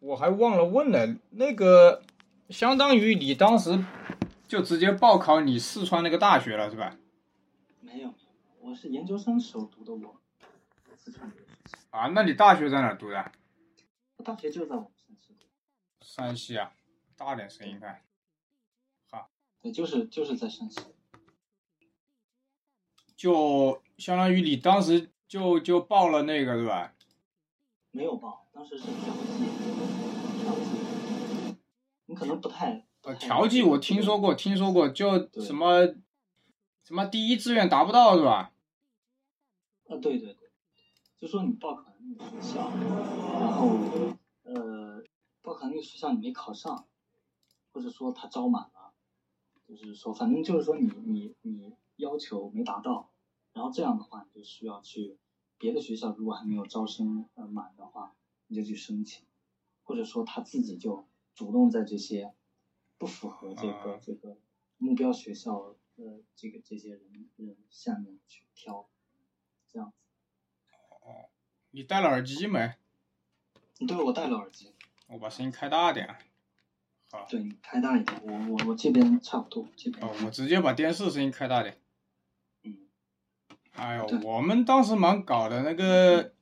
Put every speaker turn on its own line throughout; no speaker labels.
我还忘了问了，那个相当于你当时就直接报考你四川那个大学了是吧？
没有，我是研究生时候读的我，四川的学校，
啊，那你大学在哪儿读的？
我大学就在我们山西读，
山西啊，大点声音看。
对，就是就是在山西。
就相当于你当时就就报了那个是吧？
没有报，当时是调剂，调剂。你可能不太
呃，调剂我听说过，听说过，就
对
什么什么第一志愿达不到是吧？
啊，对对对，就说你报考的那个学校，然后呃，报考那个学校你没考上，或者说他招满了，就是说反正就是说你你你要求没达到，然后这样的话你就需要去别的学校，如果还没有招生呃满的话，你就去申请，或者说他自己就主动在这些不符合这个、
啊
这个目标学校呃这个这些人人下面去挑，这样子。
你戴了耳机没？
对，我戴了耳机。
我把声音开大点。啊好，
对你开大一点，我我我这边差不多，这边。
哦，我直接把电视声音开大点。
嗯，
哎呦
对，嗯
我们当时蛮搞的，那个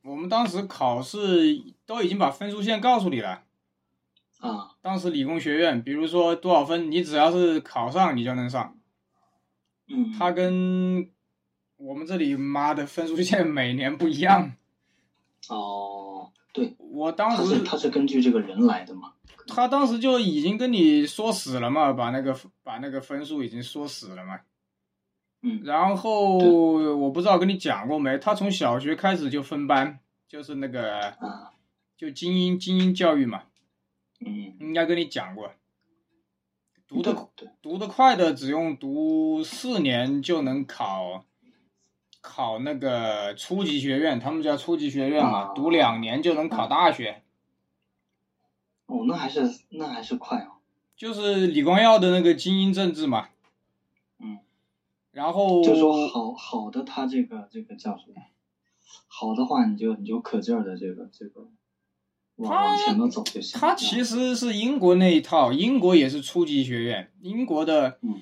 我们当时考试都已经把分数线告诉你了。
啊，
当时理工学院，比如说多少分，你只要是考上，你就能上。
嗯，
它跟我们这里妈的分数线每年不一样。
哦，对，
我当
他是
时
他是根据这个人来的嘛？
他当时就已经跟你说死了嘛，把那个把那个分数已经说死了嘛。
嗯，
然后我不知道跟你讲过没，他从小学开始就分班，就是那个
啊，
就精英精英教育嘛，
嗯，
应该跟你讲过。读的
对，
读得快的只用读四年就能考，考那个初级学院，他们叫初级学院嘛，
啊
读两年就能考大学，
哦，那还是那还是快哦，
就是李光耀的那个精英政治嘛。
嗯，
然后
就说好好的，他这个这个叫什么？好的话，你就你就可劲儿的这个这个往
他
往前头走就行。
他其实是英国那一套，英国也是初级学院，英国的
嗯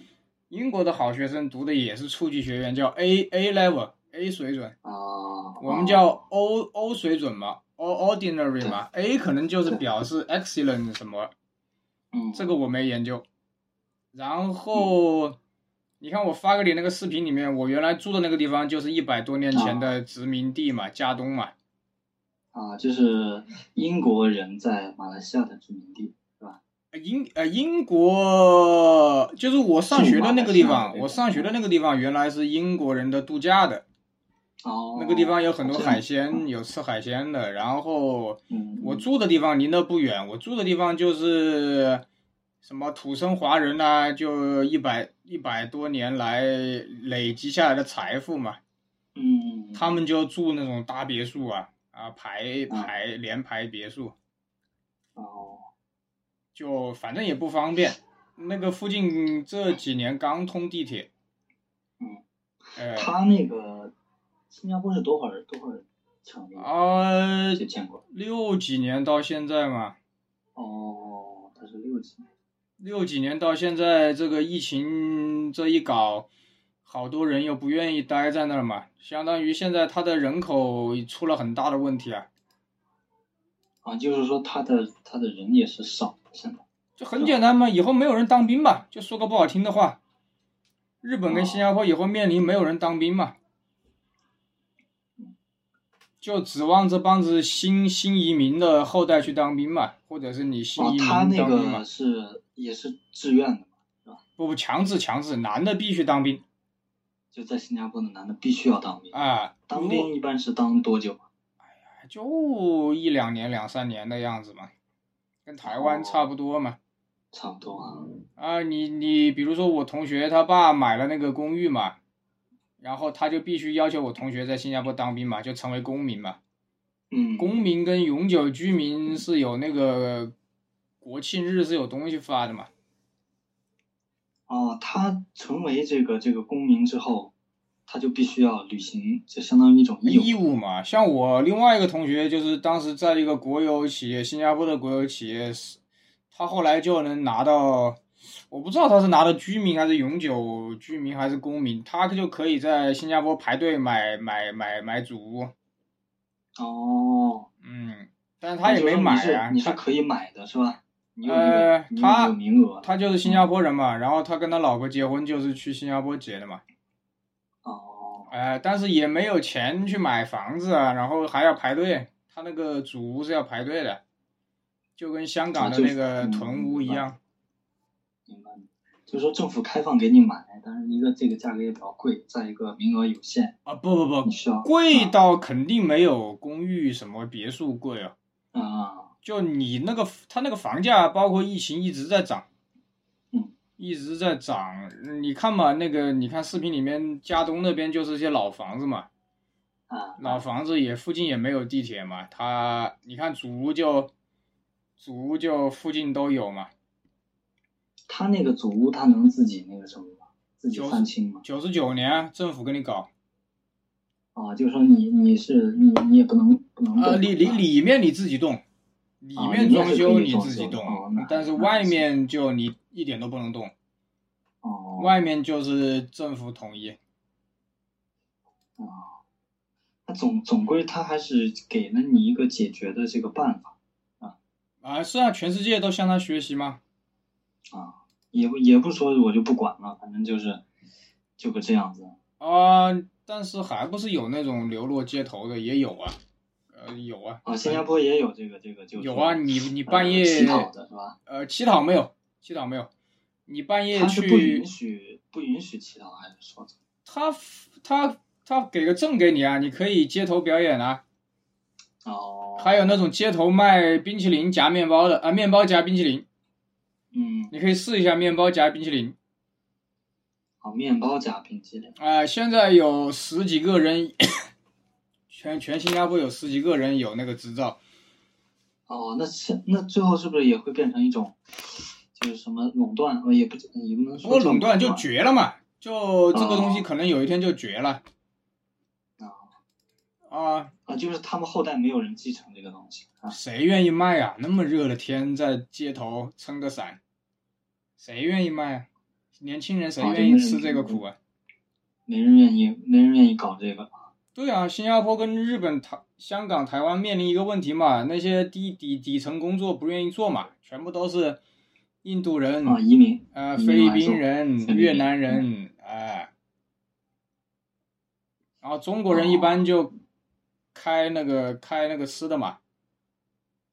英国的好学生读的也是初级学院，叫 A A level A 水准，
啊，
我们叫 O O 水准嘛，O ordinary 嘛，A 可能就是
对
表示 excellent 什么。
嗯
这个我没研究。然后、
嗯
你看我发给你那个视频里面，我原来住的那个地方就是一百多年前的殖民地嘛，加东嘛。
啊，就是英国人在马来西亚的殖民地。
呃英呃英国就是我上学的那个地
驻马来西
方，
亚的那个
我上学的那个地方原来是英国人的度假的，
哦，
那个地方有很多海
这
鲜，
样
有吃海鲜的。然后
嗯，
我住的地方离那不远，我住的地方就是什么土生华人呐、就一百一百多年来累积下来的财富嘛。
嗯，
他们就住那种大别墅啊，啊排排连排别墅，
哦，
就反正也不方便。那个附近这几年刚通地铁，
嗯，
呃，
他那个新加坡是多会儿多会儿成立的？
啊
就建国？
六几年到现在嘛，
哦，他是六几年？
六几年到现在这个疫情这一搞，好多人又不愿意待在那儿嘛，相当于现在它的人口出了很大的问题啊，
啊，就是说他的他的人也是少，现在
就很简单嘛，以后没有人当兵嘛，就说个不好听的话，日本
哦
跟新加坡以后面临没有人当兵嘛，就指望这帮子新新移民的后代去当兵嘛，或者是你新
哦
移，民
他
当
那
兵嘛，
个是也是自愿的嘛，
不不强制强制，男的必须当兵
就在新加坡的男的必须要当兵，
啊，
当
如果
兵一般是当多久？
就一两年两三年的样子嘛，跟台湾差不多嘛。
差不多啊，
啊，你你比如说我同学他爸买了那个公寓嘛，然后他就必须要求我同学在新加坡当兵嘛，就成为公民嘛。
嗯，
公民跟永久居民是有那个国庆日是有东西发的嘛。
哦，他成为这个这个公民之后，他就必须要履行，就相当于一种义务。
义务嘛。像我另外一个同学，就是当时在一个国有企业，新加坡的国有企业，是他后来就能拿到，我不知道他是拿到居民还是永久居民还是公民，他就可以在新加坡排队买买买买祖屋。
哦，
嗯，但是他也没买啊，
你是你是
他
可以买的是吧？你有那个、
呃
你，有那
他
个名额
他就是新加坡人嘛，然后他跟他老婆结婚就是去新加坡结的嘛，
哦，
呃，但是也没有钱去买房子啊，然后还要排队，他那个祖屋是要排队的，就跟香港的
啊就
那
是
个
嗯
屯屋一样。
明白了。就是说政府开放给你买，但是一个这个价格也比较贵，再一个名额有限，
啊，不不
你
不，
需要
贵到肯定没有公寓什么别墅贵啊，
啊啊
就你那个他那个房价，包括疫情一直在涨，
嗯，
一直在涨。你看嘛，那个你看视频里面加东那边就是一些老房子嘛，
啊
老房子也附近也没有地铁嘛，它你看祖屋就祖屋就附近都有嘛，
他那个祖屋，他能自己那个什么吗？自己
就是
翻新吗？
九十九年政府给你搞，
啊，就是说你你是你你也不能不能
呃
动
里里
是吧
里面你自己动，里
啊
面
哦里面
装
是
修
可以
你
装
自己
修的哦
动
那，
但是
那
外
行
面就你一点都不能动，
哦，
外面就是政府统一。
啊，那总总归他还是给了你一个解决的这个办法
啊，是啊，全世界都向他学习嘛。
啊，也不也不说我就不管了，反正就是就个这样子
啊、但是还不是有那种流落街头的，也有啊，呃，有啊，
啊。新加坡也有这个这个，就是
有啊，你你半夜、
呃乞讨的是吧？
呃，乞讨没有，乞讨没有。你半夜
他是不
去
允，许不允许乞讨还是说怎么
他 f- 他他给个证给你啊，你可以街头表演啊。
哦，
还有那种街头卖冰淇淋夹面包的啊，面包夹冰淇淋，
嗯，
你可以试一下面包夹冰淇淋
啊，面包夹冰淇淋
啊、现在有十几个人， 全全新加坡有十几个人有那个执照。
哦，那是那最后是不是也会变成一种就是什么垄断？呃，也不也不能
不
说
过
叫
哦垄断就
断
绝了嘛，就这个东西
哦
可能有一天就绝了
啊
啊！
啊，就是他们后代没有人继承这个东西啊。
谁愿意卖啊？那么热的天在街头撑个伞，谁愿意卖啊？年轻人谁
哦
愿
就
意
没
吃
人
这个苦啊？
没人愿意，没人愿意搞这个。
对啊，新加坡跟日本、台、香港、台湾面临一个问题嘛，那些低底底层工作不愿意做嘛，全部都是印度人、
啊，移民
呃
移
菲律
民来做
宾人、
菲律宾嗯
越南人，哎、然后中
哦
国人一般就开那个开那个吃的嘛，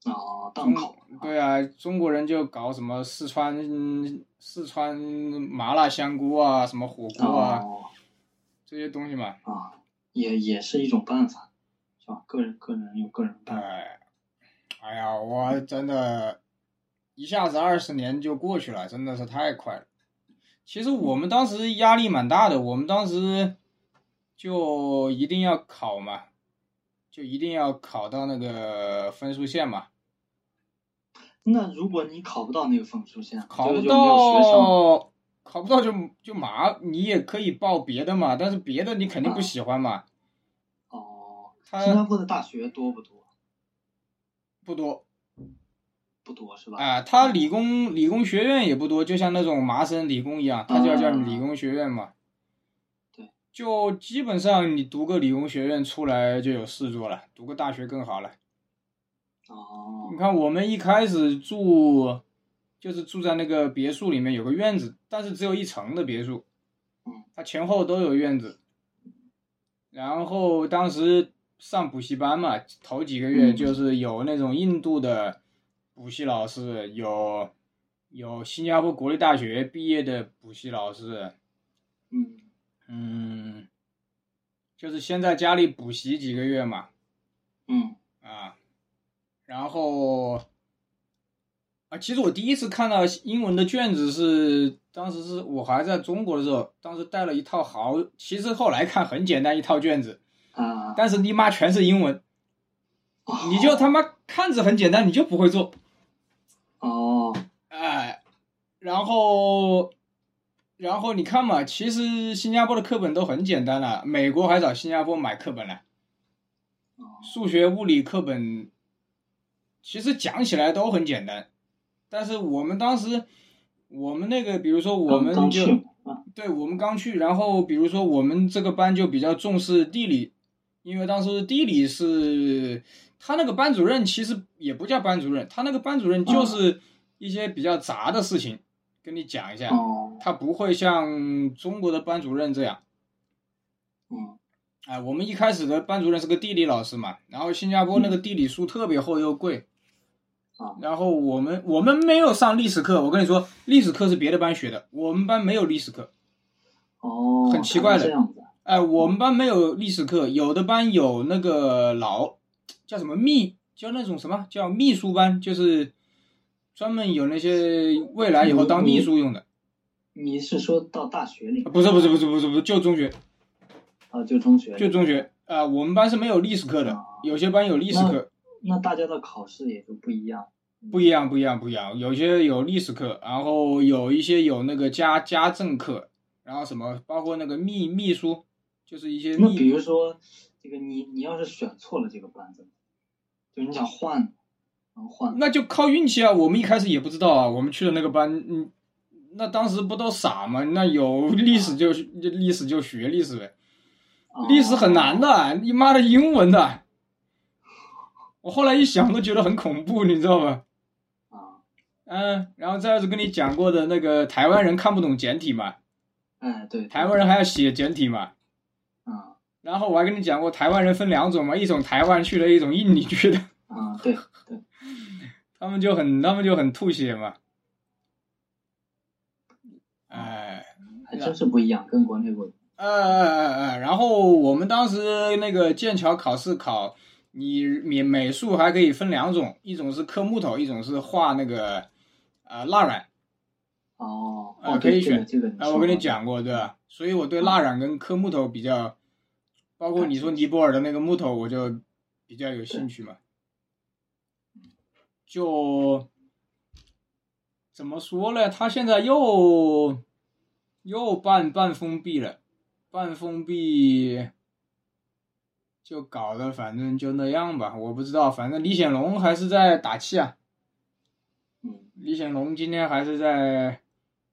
啊，档
中
口
对啊，中国人就搞什么四川嗯四川麻辣香锅啊，什么火锅啊、
哦
这些东西嘛，
啊，也也是一种办法，是吧？个人个人有个人办法。
哎，哎呀，我真的，一下子二十年就过去了，真的是太快了。其实我们当时压力蛮大的，我们当时就一定要考嘛，就一定要考到那个分数线嘛，
那如果你考不到那个分数线，
考不
这个就没有学生
到，考不到就就麻，你也可以报别的嘛，但是别的你肯定
啊
不喜欢嘛，
哦。新加
它
坡的大学多不多？
不多。
不多是吧？嗯
啊，它理工理工学院也不多，就像那种麻省理工一样，它就要叫
啊
理工学院嘛。
对，
就基本上你读个理工学院出来就有事做了，读个大学更好了。
哦
你看我们一开始住，就是住在那个别墅里面，有个院子，但是只有一层的别墅
嗯，
它前后都有院子。然后当时上补习班嘛，头几个月
嗯
就是有那种印度的补习老师，有有新加坡国立大学毕业的补习老师，
嗯
嗯，就是先在家里补习几个月嘛，
嗯
啊，然后啊，其实我第一次看到英文的卷子是，当时是我还在中国的时候，当时带了一套好，其实后来看很简单一套卷子，
啊，
但是你妈全是英文，你就他妈看着很简单，你就不会做，
哦
哎，然后然后你看嘛，其实新加坡的课本都很简单了、美国还找新加坡买课本来，
哦，
数学、物理课本其实讲起来都很简单，但是我们当时我们那个，比如说我们
刚
就
去嘛啊，
对，我们刚去，然后比如说我们这个班就比较重视地理，因为当时地理是他那个班主任其实也不叫班主任，他那个班主任就是一些比较杂的事情跟你讲一下，
哦，
他不会像中国的班主任这样。
嗯，
哎，我们一开始的班主任是个地理老师嘛，然后新加坡那个地理书特别厚又贵，
啊
然后我们我们没有上历史课，我跟你说，历史课是别的班学的，我们班没有历史课。
哦，
很奇怪的
这样子啊，
哎，我们班没有历史课，有的班有那个老叫什么秘，叫那种什么叫秘书班，就是专门有那些未来以后当秘书用的。
你是说到大学里
啊不是不是不是不是不是，就中学
啊？就中学里
就中学啊、我们班是没有历史课的，有些班有历史课，
那大家的考试也就不一样。
不一样不一样不一样，有些有历史课，然后有一些有那个家家政课，然后什么包括那个秘秘书，就是一些
那比
秘
如说，这个你你要是选错了这个班子，就你想换，能换
那就靠运气啊！我们一开始也不知道啊，我们去的那个班，嗯，那当时不都傻吗？那有历史就历史就学历史呗，
啊
历史很难的，你妈的英文的。我后来一想都觉得很恐怖，你知道吧？
啊，
嗯，然后再就是跟你讲过的那个台湾人看不懂简体嘛，
哎对，
台湾人还要写简体嘛。
啊
然后我还跟你讲过，台湾人分两种嘛，一种台湾去的，一种印尼去的，
啊对对，
他们就很他们就很吐血嘛。哎，
还真是不一样，跟国内不一样
呃呃呃，呃，然后我们当时那个剑桥考试考你你美术还可以分两种，一种是刻木头，一种是画那个呃蜡染。
哦
啊
哦
可以
对这个
选
这个你
啊，
说
我跟你
过
讲过，对吧？所以我对蜡染跟刻木头比较，包括你说尼泊尔的那个木头，我就比较有兴趣嘛。就怎么说呢？他现在又又半半封闭了，半封闭就搞得反正就那样吧，我不知道。反正李显龙还是在打气啊。
嗯
李显龙今天还是在，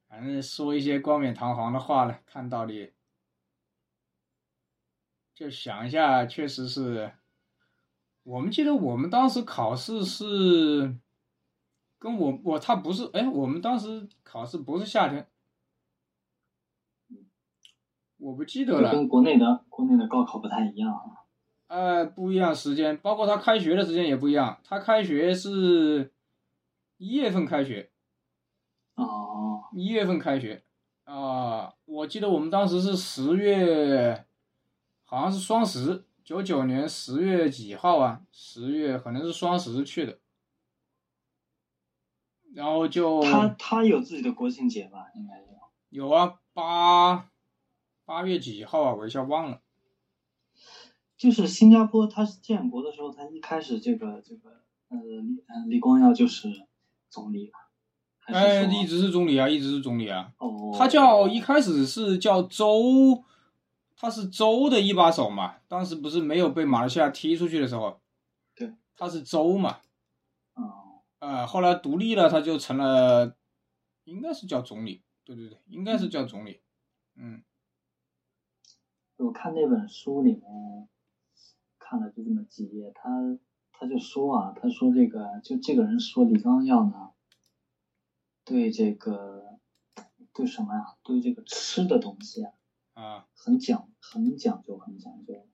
反正说一些冠冕堂皇的话了，看到底，就想一下，确实是，我们记得我们当时考试是，跟我我他不是，哎，我们当时考试不是夏天，我不记得
这
了，
跟国内的国内的高考不太一样啊，
呃，不一样时间，包括他开学的时间也不一样，他开学是一月份开学。
哦
一月份开学啊、我记得我们当时是十月，好像是双十，九九年十月几号啊？十月可能是双十去的，然后就
他他有自己的国庆节吧，应该有。
有啊，八八月几号啊？我一下忘了。
就是新加坡，它是建国的时候，它一开始这个这个呃李呃李光耀就是总理吧，还
哎，
是说
一直是总理啊，一直是总理啊。
哦，
他叫一开始是叫周，他是周的一把手嘛。当时不是没有被马来西亚踢出去的时候，
对，
他是周嘛。
哦
呃，后来独立了，他就成了，应该是叫总理，对对对，应该是叫总理。嗯，
我看那本书里面看了就这么几页，他他就说啊，他说这个就这个人说李光耀呢，对这个对什么呀、对这个吃的东西啊，
啊
很讲很讲究，很讲究。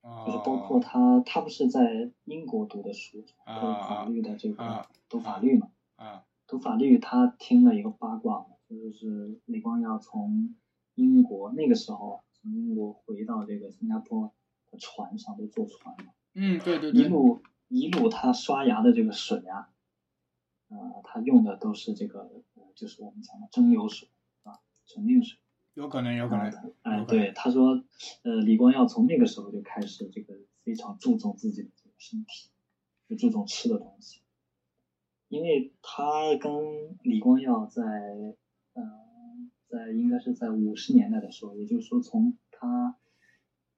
啊，
就是包括他，他不是在英国读的书，
啊
读法律的这
啊
个读法律嘛，
啊
读法律他听了一个八卦嘛，就是李光耀从英国那个时候啊从英国回到这个新加坡的船上都坐船嘛，
嗯，对对
一
对，
路一路他刷牙的这个水啊，呃，他用的都是这个，呃就是我们讲的蒸馏水啊，纯净水。
有可能有可
啊，
能，
他哎，
OK
对，他说，呃，李光耀从那个时候就开始这个非常注重自己的这个身体，就注重吃的东西，因为他跟李光耀在，呃，在应该是在五十年代的时候，也就是说从他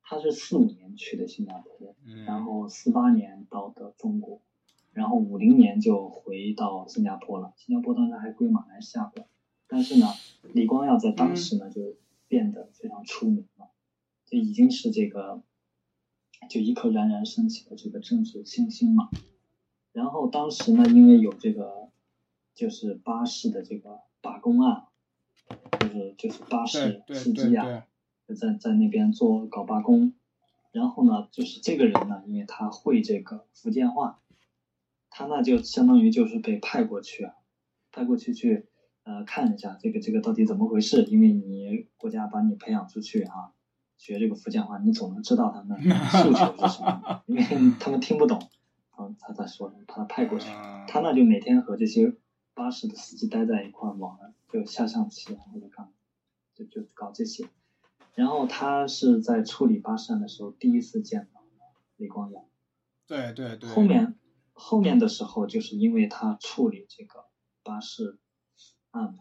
他是四五年去的新加坡，然
嗯
后四八年到的中国，然后五零年就回到新加坡了。新加坡当时还归马来西亚管，但是呢，李光耀在当时
嗯
呢就变得非常出名了，就已经是这个就一颗冉冉升起的这个政治新星嘛。然后当时呢，因为有这个就是巴士的这个罢工案，就是就是巴
对
士
对
司
对
机啊，
对，
就在在那边做搞罢工。然后呢，就是这个人呢，因为他会这个福建话，他那就相当于就是被派过去啊，派过去去呃看一下这个这个到底怎么回事，因为你国家把你培养出去啊，学这个福建话，你总能知道他们诉求是什么，因为他们听不懂，啊，他在说什么，把他派过去。
嗯
他那就每天和这些巴士的司机待在一块儿玩儿，就下象棋啊或者干嘛，就就搞这些。然后他是在处理巴士案的时候第一次见到李光耀，
对对对，
后面后面的时候就是因为他处理这个巴士案嘛，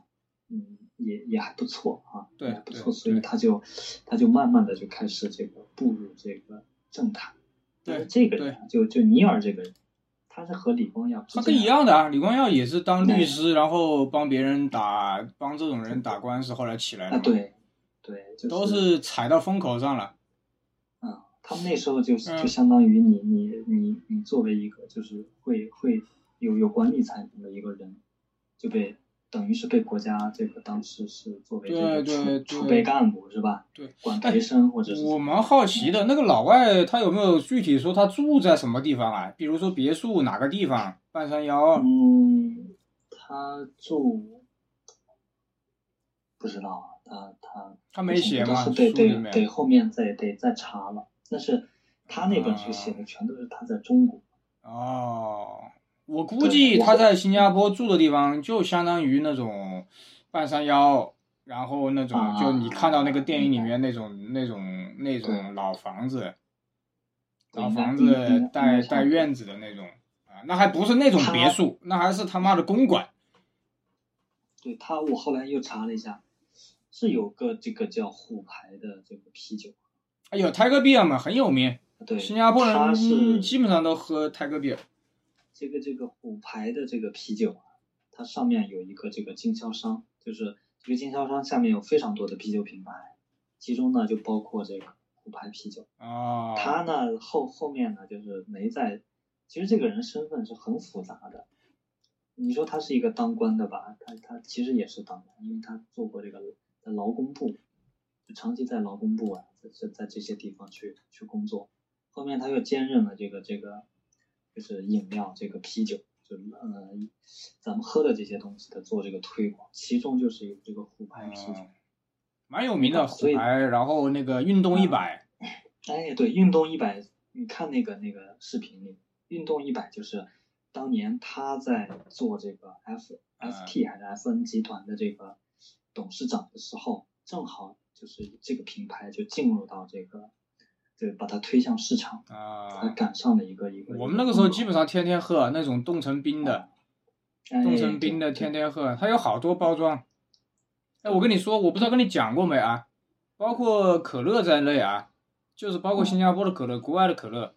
嗯，也也还不错啊，
对
也还不
对
错，所以
对
他就他就慢慢的就开始这个步入这个政坛。但是
对
这个人啊就就尼尔这个人，他是和李光耀之
他
间
跟一
啊
样的啊，李光耀也是当律
对
师，然后帮别人打，帮这种人打官司，后来起来的
啊，
嘛，
对，对，就是、
都是踩到风口上了。
嗯，他们那时候就是
嗯
就相当于你你你你作为一个就是会会有有管理才能的一个人，就被等于是被国家这个当时是作为这个
对
储
对
储
对
备干部是吧？
对，
管
哎
培生或者是嗯
我蛮好奇的，那个老外他有没有具体说他住在什么地方啊？比如说别墅哪个地方，半山腰，
嗯，他住不知道啊，他他
他没写吗？
都
书
是得
里
得得
面
后面再得再查了，但是他那
啊
本书写的全都是他在中国。
哦，我估计他在新加坡住的地方就相当于那种半山腰。然后那种，
啊
就你看到那个电影里面那种、那种、那种
对
老房子，老
应该
房
应该
子
应该
带
差不
带
多
院子的那种啊，那还不是那种
他
别墅，那还是他妈的公馆。
对他，我后来又查了一下，是有个这个叫虎牌的这个啤酒，
哎呦，Tiger Beer 嘛，很有名，
对，
新加坡
它
人嗯
是
基本上都喝 Tiger Beer。
这个这个虎牌的这个啤酒啊，它上面有一个这个经销商，就是这个经销商下面有非常多的啤酒品牌，其中呢就包括这个虎牌啤酒。
哦，
他呢后后面呢就是没在，其实这个人身份是很复杂的。你说他是一个当官的吧，他他其实也是当官，因为他做过这个在劳工部，就长期在劳工部啊，在在在这些地方去去工作。后面他又兼任了这个这个就是饮料这个啤酒，就呃咱们喝的这些东西的做这个推广，其中就是有这个虎牌啤酒。
嗯，蛮有名的虎
所以
牌，然后那个运动一百，
哎，对，运动一百，你看那个那个视频里，运动一百就是当年他在做这个 F
嗯
FT 还是 FN 集团的这个董事长的时候，正好就是这个品牌就进入到这个，对，把它推向市场，它
啊，
赶上了一个一个。
我们那个时候基本
本
上天天喝那种冻成冰的，
哎
冻成冰的天天喝，它有好多包装。哎，我跟你说，我不知道跟你讲过没啊？包括可乐在内啊，就是包括
嗯
新加坡的可乐、国外的可乐，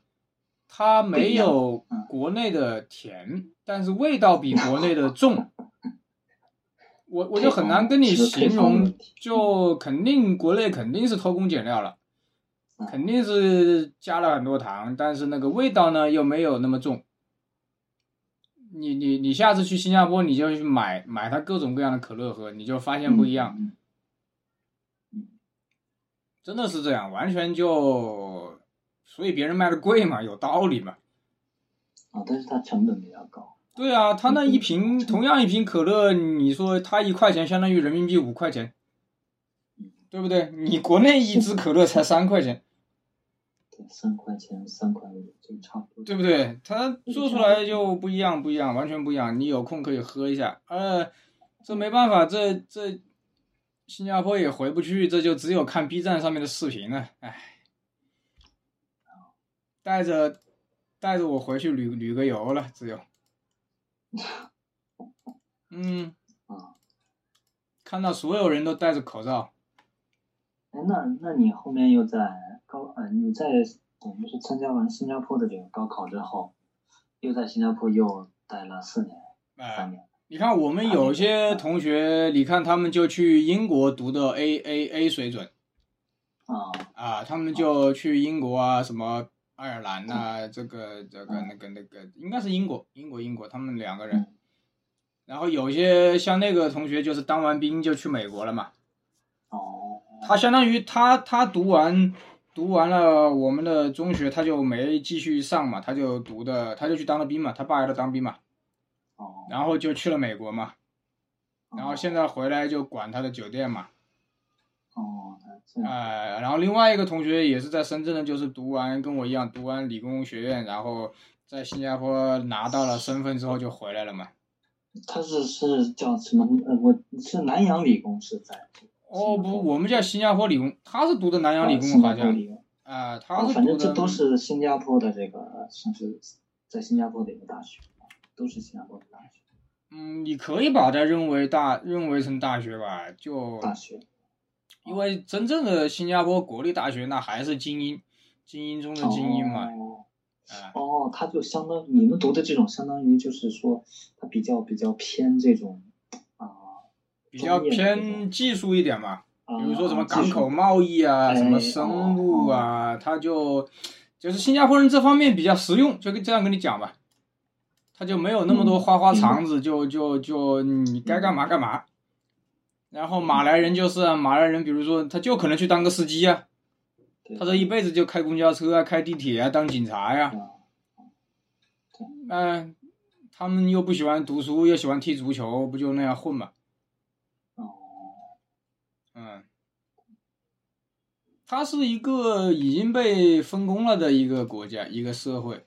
它没有
不一样嗯
国内的甜，但是味道比国内的重。我我就很难跟你
配方
形
是配方
容
问题，
就肯定国内肯定是偷工减料了，
嗯
肯定是加了很多糖，但是那个味道呢又没有那么重。你你你下次去新加坡，你就去买买它各种各样的可乐喝，你就发现不一样。。
嗯嗯
真的是这样，完全就，所以别人卖的贵嘛，有道理嘛。
啊，但是它成本比较高。
对啊，他那一瓶同样一瓶可乐，你说他一块钱相当于人民币五块钱，对不对？你国内一支可乐才三块钱，
对，三块钱，三块五，这个差不多。
对不对？它做出来就不一样，不一样，完全不一样。你有空可以喝一下。呃，这没办法，这这新加坡也回不去，这就只有看 B 站上面的视频了。唉，带着带着我回去旅旅个游了， 只有。嗯，
啊，
看到所有人都戴着口罩，
哎，那那你后面又在高呃，你在等于是参加完新加坡的这个高考之后，又在新加坡又待了四年、
哎、
三年。
啊你看，嗯我们有些同学，你看他们就去英国读的 A A A 水准
啊，
啊，他们就去英国啊，什么爱尔兰呐、这个这个那个那个，应该是英国，英国英国，他们两个人。然后有些像那个同学，就是当完兵就去美国了嘛。
哦，
他相当于他他读完读完了我们的中学，他就没继续上嘛，他就读的他就去当了兵嘛，他爸让他当兵嘛，
哦，
然后就去了美国嘛，然后现
在，
在回来就管他的酒店嘛。
哦，那这样，
呃，然后另外一个同学也是在深圳的，就是读完跟我一样读完理工学院，然后在新加坡拿到了身份之后就回来了嘛。
他是是叫什么？呃，我是南洋理工是在
哦不，我们叫新加坡理工，他是读的南洋理工，
哦新
好
加坡
像
理工，
啊、他
哦
是
反
读
正
的
这都是新加坡的这个，算是在新加坡的一个大学，都是新加坡的大学，
嗯，你可以把它认为大认为成大学吧，就
大学，
因为真正的新加坡国立大学那还是精英，精英中的精英嘛，
哦
啊、
哦，它就相当你们读的这种，相当于就是说，它比较比较偏这种啊
比较
专业的这种
偏技术一点嘛。
啊，
比如说什么
技
港
术
口贸易啊，
哎
什么生物啊，他就就是新加坡人这方面比较实用，就跟这样跟你讲吧，他就没有那么多花花肠子，就就就你该干嘛干嘛。然后马来人就是啊，马来人，比如说他就可能去当个司机啊，
对
他这一辈子就开公交车啊，开地铁啊，当警察呀、
啊
那、他们又不喜欢读书，又喜欢踢足球，不就那样混嘛？
哦
嗯，它是一个已经被分工了的一个国家，一个社会。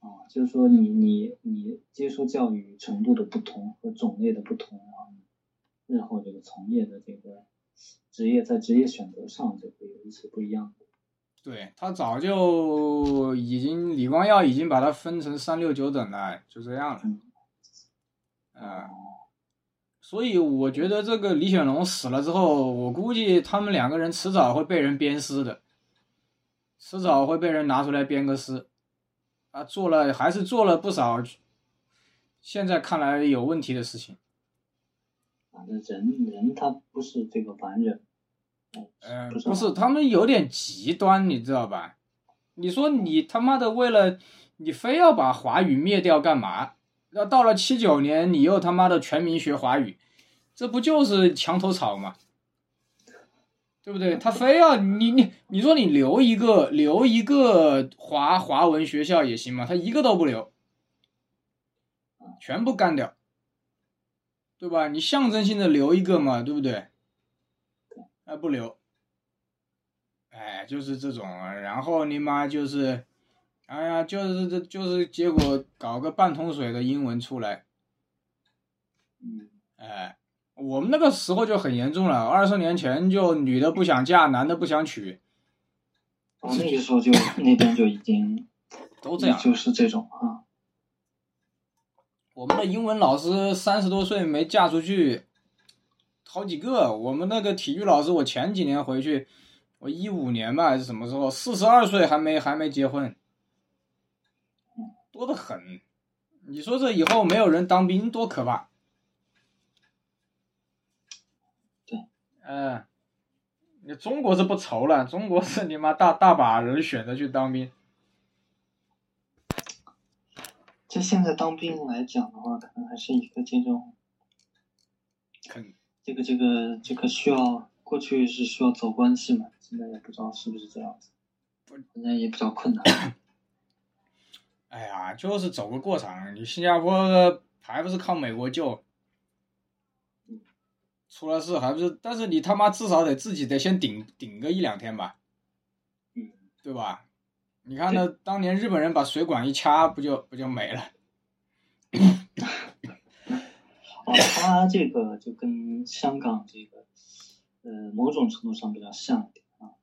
哦，就是说你你你接受教育程度的不同和种类的不同，然后你日后这个从业的这个职业在职业选择上就会有一些不一样的。
对，它早就已经李光耀已经把它分成三六九等了，就这样了。
嗯
啊、所以我觉得这个李显龙死了之后，我估计他们两个人迟早会被人鞭尸的，迟早会被人拿出来鞭个尸。啊，做了还是做了不少，现在看来有问题的事情。
反正人人他不是这个完人，
呃，
不是
不是，
吧
他们有点极端，你知道吧？你说你他妈的为了你非要把华语灭掉干嘛？要到了七九年，你又他妈的全民学华语，这不就是墙头草吗？对不对？他非要你你你说你留一个留一个华华文学校也行嘛，他一个都不留，全部干掉，对吧？你象征性的留一个嘛，对不对？啊，不留。哎，就是这种，然后你妈就是，哎呀，就是这就是结果搞个半桶水的英文出来，
嗯，
哎，我们那个时候就很严重了，二十年前就女的不想嫁，男的不想娶，
哦，那个 时候就那边就已经
都这样。
就是这种啊，
我们的英文老师三十多岁没嫁出去，好几个。我们那个体育老师，我前几年回去，我一五年吧还是什么时候，四十二岁还没还没结婚，多得很。你说这以后没有人当兵多可怕？
对，
嗯、你中国是不愁了，中国是你妈大大把人选择去当兵。
就现在当兵来讲的话，可能还是一个这种
肯
这个这个这个需要过去是需要走关系嘛，现在也不知道是不是这样子，现在也比较困难。
哎呀，就是走个过场。你新加坡还不是靠美国救？出了事还不是？但是你他妈至少得自己得先顶顶个一两天吧，
嗯，
对吧？你看那当年日本人把水管一掐，不就不就没了？
哦，他这个就跟香港这个，呃，某种程度上比较像一点啊。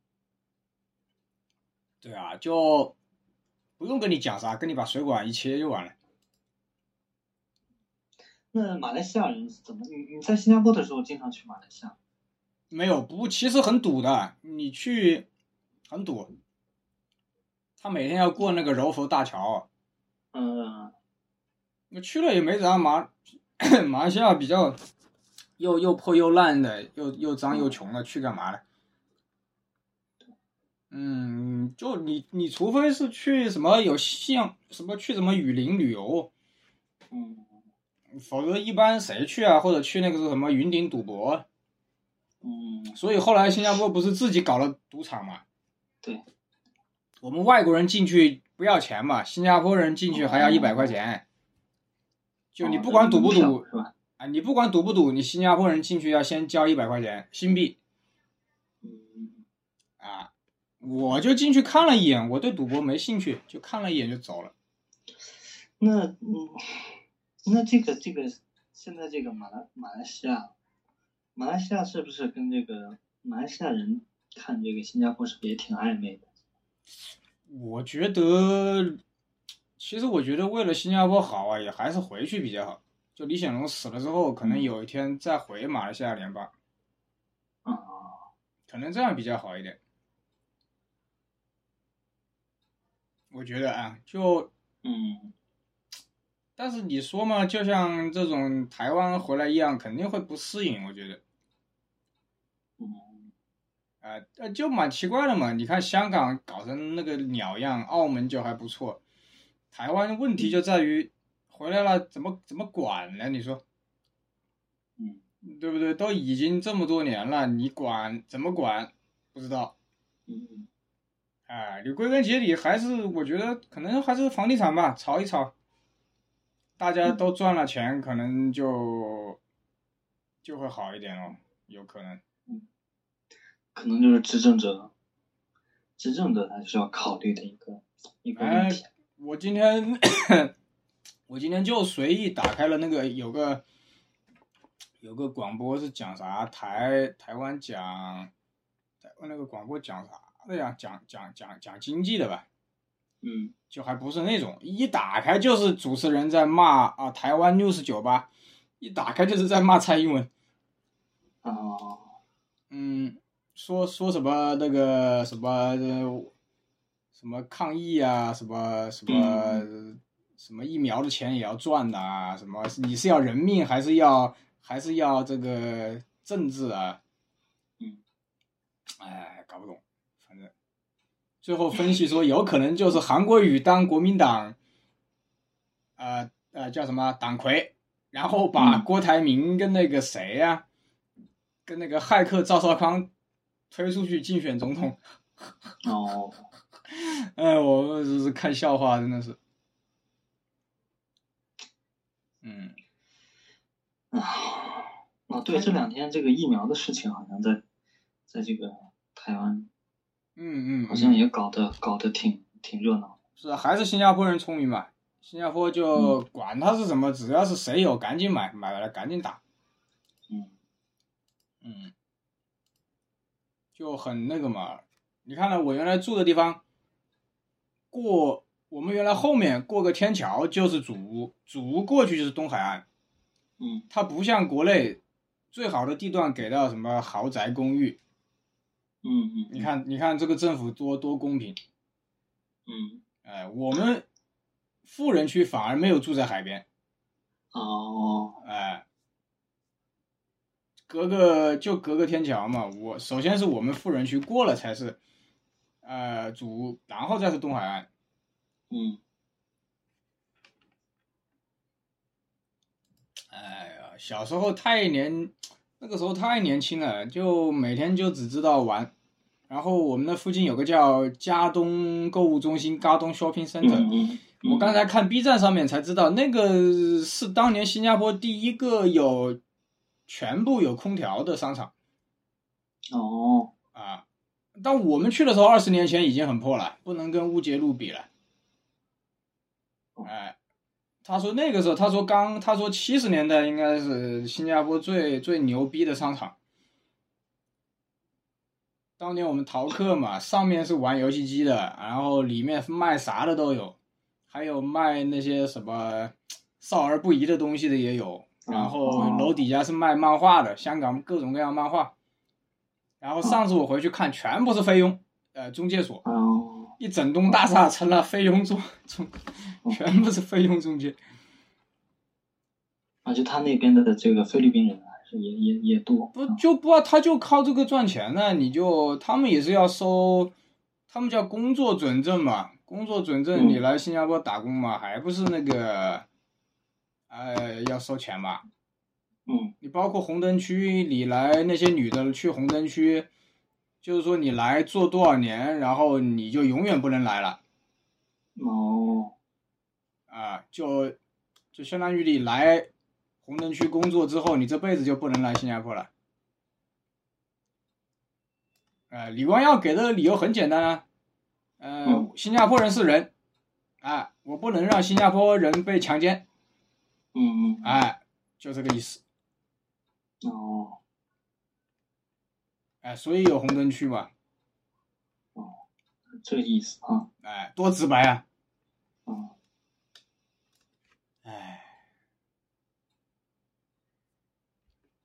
对啊，就不用跟你讲啥，跟你把水管一切就完了。
那马来西亚人是怎么？你你在新加坡的时候经常去马来西亚？
没有不，其实很堵的，你去很堵。他每天要过那个柔佛大桥，
嗯，
我去了也没啥马 马来西亚比较又又破又烂的，又又脏又穷的，去干嘛呢？嗯，就你你除非是去什么有像什么去什么雨林旅游，
嗯
否则一般谁去啊？或者去那个是什么云顶赌博？
嗯，
所以后来新加坡不是自己搞了赌场嘛？
对，
我们外国人进去不要钱嘛，新加坡人进去还要一百块钱。就你不管赌不
哦
赌
是吧？
啊，你不管赌不赌，你新加坡人进去要先交一百块钱新币
嗯，
啊。我就进去看了一眼，我对赌博没兴趣，就看了一眼就走了。
那嗯，那这个这个现在这个马来马来西亚，马来西亚是不是跟这个马来西亚人看这个新加坡是不是也挺暧昧的？
我觉得，其实我觉得为了新加坡好啊，也还是回去比较好。就李显龙死了之后，可能有一天再回马来西亚联邦，
啊、
可能这样比较好一点。我觉得啊，就
嗯，
但是你说嘛，就像这种台湾回来一样，肯定会不适应。我觉得
嗯
啊，呃，就蛮奇怪的嘛。你看香港搞成那个鸟样，澳门就还不错，台湾问题就在于回来了怎么怎么管呢？你说
嗯
对不对？都已经这么多年了，你管怎么管？不知道。
嗯
啊，你归根结底还是我觉得可能还是房地产吧，炒一炒，大家都赚了钱，可能就就会好一点哦，有可能。
可能就是执政者，执政者他需要考虑的一个一个问题。
我今天 我今天就随意打开了那个有个有个广播是讲啥台台湾讲台湾那个广播讲啥的呀？讲讲讲讲经济的吧。
嗯
就还不是那种一打开就是主持人在骂啊台湾 news 酒吧，一打开就是在骂蔡英文，
啊、
嗯，说说什么那个什么呃什么抗议啊，什么什么什么疫苗的钱也要赚的啊，什么你是要人命还是要还是要这个政治啊？
嗯，
哎，搞不懂，反正最后分析说，有可能就是韩国瑜当国民党，呃呃叫什么党魁，然后把
嗯
郭台铭跟那个谁呀、跟那个骇客赵少康推出去竞选总统。
哦，
哎，我这是看笑话，真的是。嗯，
啊，哦，对，这两天这个疫苗的事情好像在在这个台湾
嗯嗯，
好像也搞得搞得挺挺热闹。
是啊还是新加坡人聪明嘛？新加坡就
嗯
管他是什么，只要是谁有，赶紧买，买了赶紧打。
嗯
嗯，就很那个嘛。你看了我原来住的地方，过我们原来后面过个天桥就是主屋，主屋过去就是东海岸。
嗯
它不像国内最好的地段给到什么豪宅公寓，
嗯嗯，
你看，你看这个政府多多公平。
嗯
哎，我们富人区反而没有住在海边，
哦
哎，隔个就隔个天桥嘛。我首先是我们富人区过了才是，呃，主屋，然后再是东海岸。
嗯
哎呀，小时候太年，那个时候太年轻了，就每天就只知道玩。然后我们那附近有个叫加东购物中心，加东 Shopping
嗯
Center。
嗯，嗯
我刚才看 B 站上面才知道，那个是当年新加坡第一个有全部有空调的商场
哦
啊。但我们去的时候，二十年前已经很破了，不能跟乌节路比了。哎，他说那个时候，他说刚，他说七十年代应该是新加坡最最牛逼的商场。当年我们逃课嘛，上面是玩游戏机的，然后里面卖啥的都有，还有卖那些什么少儿不宜的东西的也有，然后
哦
楼底下是卖漫画的，香港各种各样漫画。然后上次我回去看，全部是菲佣，呃，中介所，
哦，
一整栋大厦成了菲佣中中，全部是菲佣中介。
啊，就他那边的这个菲律宾人还是也也也多，
不就不啊，他就靠这个赚钱呢，你就他们也是要收，他们叫工作准证嘛，工作准证
嗯
你来新加坡打工嘛，还不是那个，呃，要收钱嘛。
嗯
你包括红灯区，你来那些女的去红灯区，就是说你来做多少年，然后你就永远不能来了
哦，
啊、就就相当于你来红灯区工作之后，你这辈子就不能来新加坡了。呃，李光耀给的理由很简单啊，呃，
嗯
新加坡人是人，啊、我不能让新加坡人被强奸，
嗯嗯，
哎、就这个意思，
哦，
哎、所以有红灯区嘛，
这个意思啊，
哎、多直白啊，
嗯，
唉，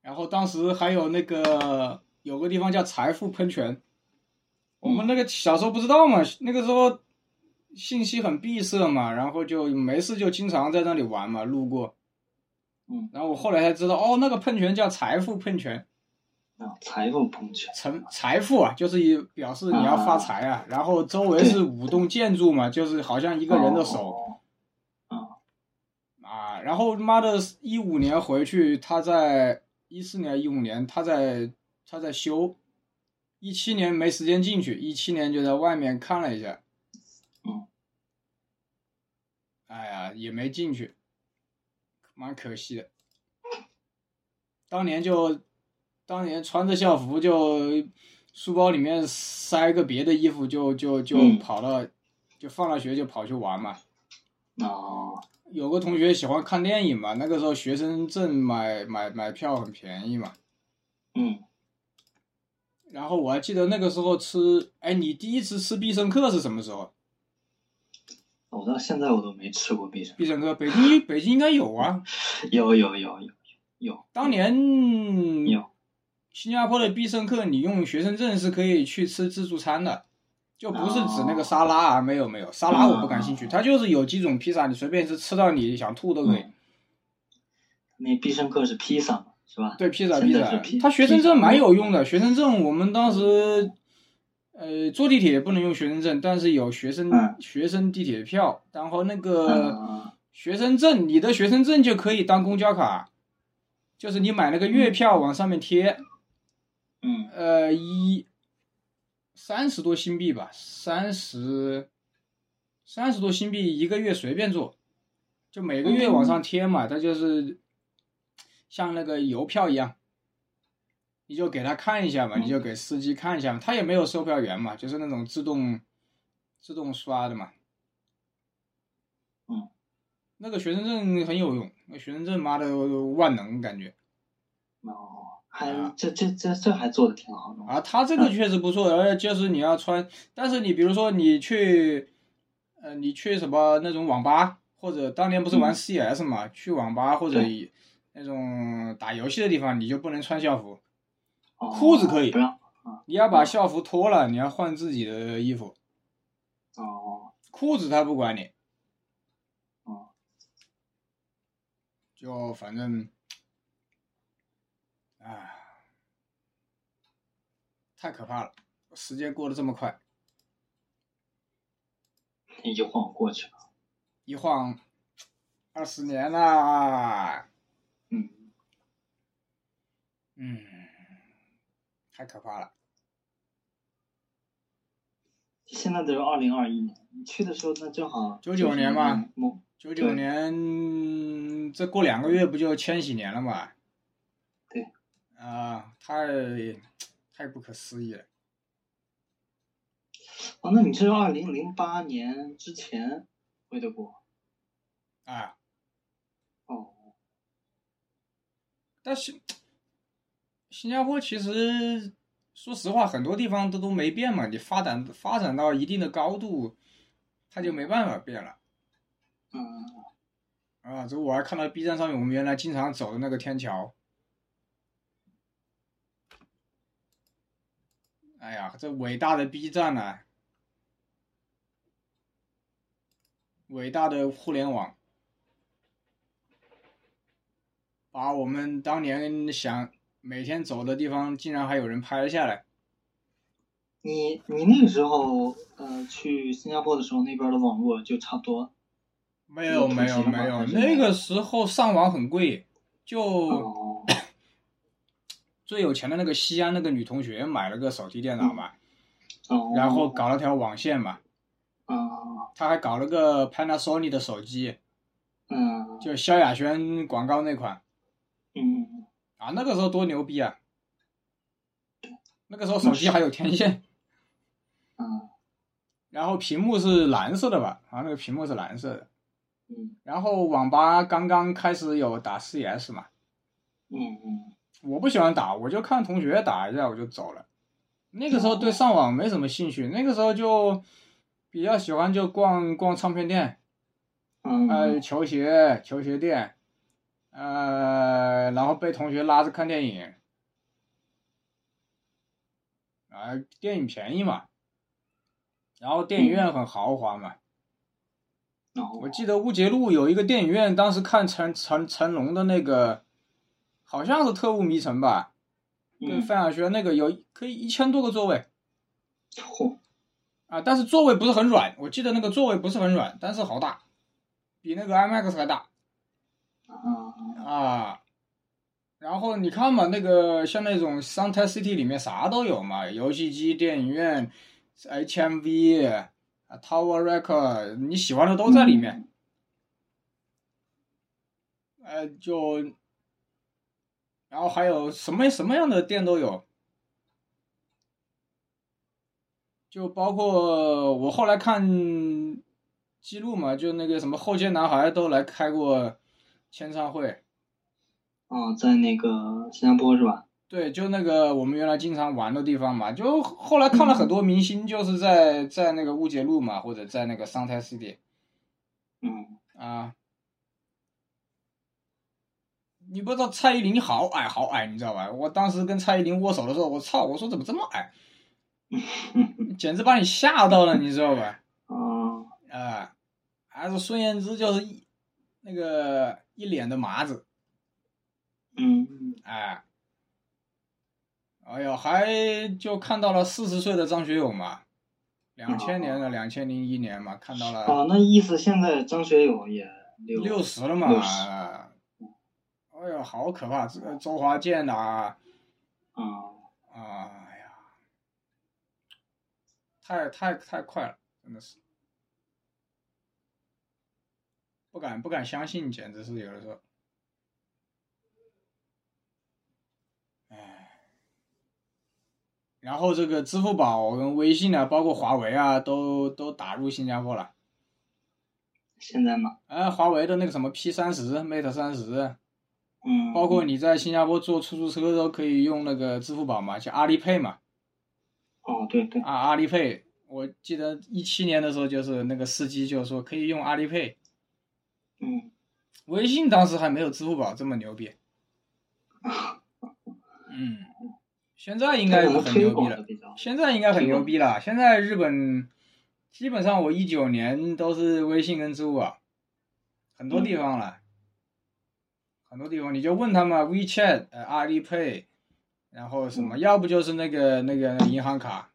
然后当时还有那个有个地方叫财富喷泉，我们那个小时候不知道嘛，那个时候信息很闭塞嘛，然后就没事就经常在那里玩嘛，路过。
嗯，
然后我后来才知道，哦，那个喷泉叫财富喷泉，
啊，财富喷泉，
成财富啊，就是以表示你要发财啊。然后周围是五栋建筑嘛，就是好像一
一
个人的
哦
手，
啊，
啊，然后妈的，一五年回去，他在一四年、一五年，他在他在修，一七年没时间进去，一七年就在外面看了一下，
嗯，
哎呀，也没进去，蛮可惜的。当年就，当年穿着校服就，书包里面塞个别的衣服就，就就
嗯
跑到，就放了学就跑去玩嘛。
哦，
有个同学喜欢看电影嘛，那个时候学生证买买买票很便宜嘛。
嗯，
然后我还记得那个时候吃，哎，你第一次吃必胜客是什么时候？
我到现在我都没吃过必胜，
必胜客北京北京应该有啊，
有有有有有，
当年
有
新加坡的必胜客，你用学生证是可以去吃自助餐的，就不是指那个沙拉啊，没有没有，沙拉我不感兴趣，
哦
它就是有几种披萨，你随便吃，吃到你想吐都可以。
嗯那必胜客是披萨嘛，是吧？
对，披萨
真
披
的是
萨
披，
他学生
披萨嗯
证蛮有用的。学生证我们当时，呃，坐地铁也不能用学生证，但是有学生、
嗯
学生地铁票，然后那个
嗯
学生证，你的学生证就可以当公交卡，就是你买那个月票往上面贴，
嗯
呃，一三十多新币吧，三十三十多新币一个月随便做，就每个月往
嗯
上贴嘛，它就是像那个邮票一样，你就给他看一下嘛，
嗯
你就给司机看一下嘛，他也没有售票员嘛，就是那种自动自动刷的嘛。
嗯，
那个学生证很有用，那学生证妈的万能感觉。
哦，还这这这这还做的挺好的，
啊，他这
嗯
个确实不错，而且就是你要穿，但是你比如说你去，呃，你去什么那种网吧，或者当年不是玩
嗯
CS 嘛，去网吧或者
对
以那种打游戏的地方，你就不能穿校服，
哦
裤子可以
不让
你要
嗯
把校服脱了，你要换自己的衣服，
哦
裤子他不管你，
哦
就反正，啊，太可怕了，时间过得这么快，
一晃过去了，
一晃二十年啦。
嗯
嗯，太可怕了。
现在都是二零二一年，你去的时候那正好
99年嘛
嗯，嗯
九九年，这过两个月不就千禧年了嘛？
对。
啊、太太不可思议了。
哦，那你这是二零零八年之前回的国
啊！
哦，
但是新加坡其实说实话，很多地方都都没变嘛。你发展发展到一定的高度，它就没办法变了。
嗯，
啊，这我还看到 B 站上面我们原来经常走的那个天桥。哎呀，这伟大的 B 站呐、啊，伟大的互联网，把我们当年想每天走的地方，竟然还有人拍了下来。
你你那个时候呃去新加坡的时候，那边的网络就差不多。
没有没有没有，那个时候上网很贵，就、
哦
最有钱的那个西安那个女同学买了个手提电脑嘛，
哦。
然后搞了条网线嘛，
啊
她还搞了个 Panasonic 的手机，
嗯
就萧亚轩广告那款
嗯
啊，那个时候多牛逼啊！那个时候手机还有天线，
嗯
然后屏幕是蓝色的吧？好像那个屏幕是蓝色的。
嗯
然后网吧刚刚开始有打 CS 嘛，
嗯嗯，
我不喜欢打，我就看同学打一下我就走了。那个时候对上网没什么兴趣，那个时候就比较喜欢就逛逛唱片店，
嗯
呃，球鞋球鞋店，呃，然后被同学拉着看电影，啊、电影便宜嘛，然后电影
嗯
院很豪华嘛。我记得乌节路有一个电影院，当时看成成成龙的那个，好像是《特务迷城》吧，跟
嗯，
范晓萱那个有可以一千多个座位
嚯，
啊，但是座位不是很软，我记得那个座位不是很软，但是好大，比那个 IMAX 还大
啊
啊。然后你看嘛，那个像那种 Suntec City 里面啥都有嘛，游戏机、电影院、HMV 呃啊、Tower Record，你喜欢的都在里面。。呃，就，然后还有什么什么样的店都有，就包括我后来看记录嘛，就那个什么后街男孩都来开过签唱会，
啊，在那个新加坡是吧？
对，就那个我们原来经常玩的地方嘛，就后来看了很多明星，就是在在那个乌节路嘛，或者在那个桑泰 city
嗯，
啊。你不知道蔡依林好矮好矮，你知道吧？我当时跟蔡依林握手的时候，我操，我说怎么这么矮，简直把你吓到了，你知道吧？
啊，
啊、还是孙燕姿就是一那个一脸的麻子，
嗯，
哎、哎呦，还就看到了四十岁的张学友嘛，两千年的两千零一年嘛，看到了
哦啊，那意思现在张学友也六
六十了嘛
六，十
哎呦，好可怕！这个周华健呐、
啊，
哎呀，太太太快了，真的是，不敢不敢相信，简直是有的时候，哎，然后这个支付宝跟微信啊，包括华为啊，都都打入新加坡了。
现在嘛，
哎，华为的那个什么 P 三十、Mate 三十，
嗯，
包括你在新加坡坐出租车都可以用那个支付宝嘛，像阿里 Pay 嘛。
哦，对对，
啊，阿里配，我记得一七年的时候，就是那个司机就说可以用阿里配，
嗯，
微信当时还没有支付宝这么牛逼。嗯，现在应该
可能
很牛
推
逼
广
了
的，比较，
现在应该很牛逼了。现在日本基本上我一九年都是微信跟支付宝，很多地方了，很多地方你就问他们 WeChat、呃阿里 Pay，然后什么，要不就是那个那个银行卡。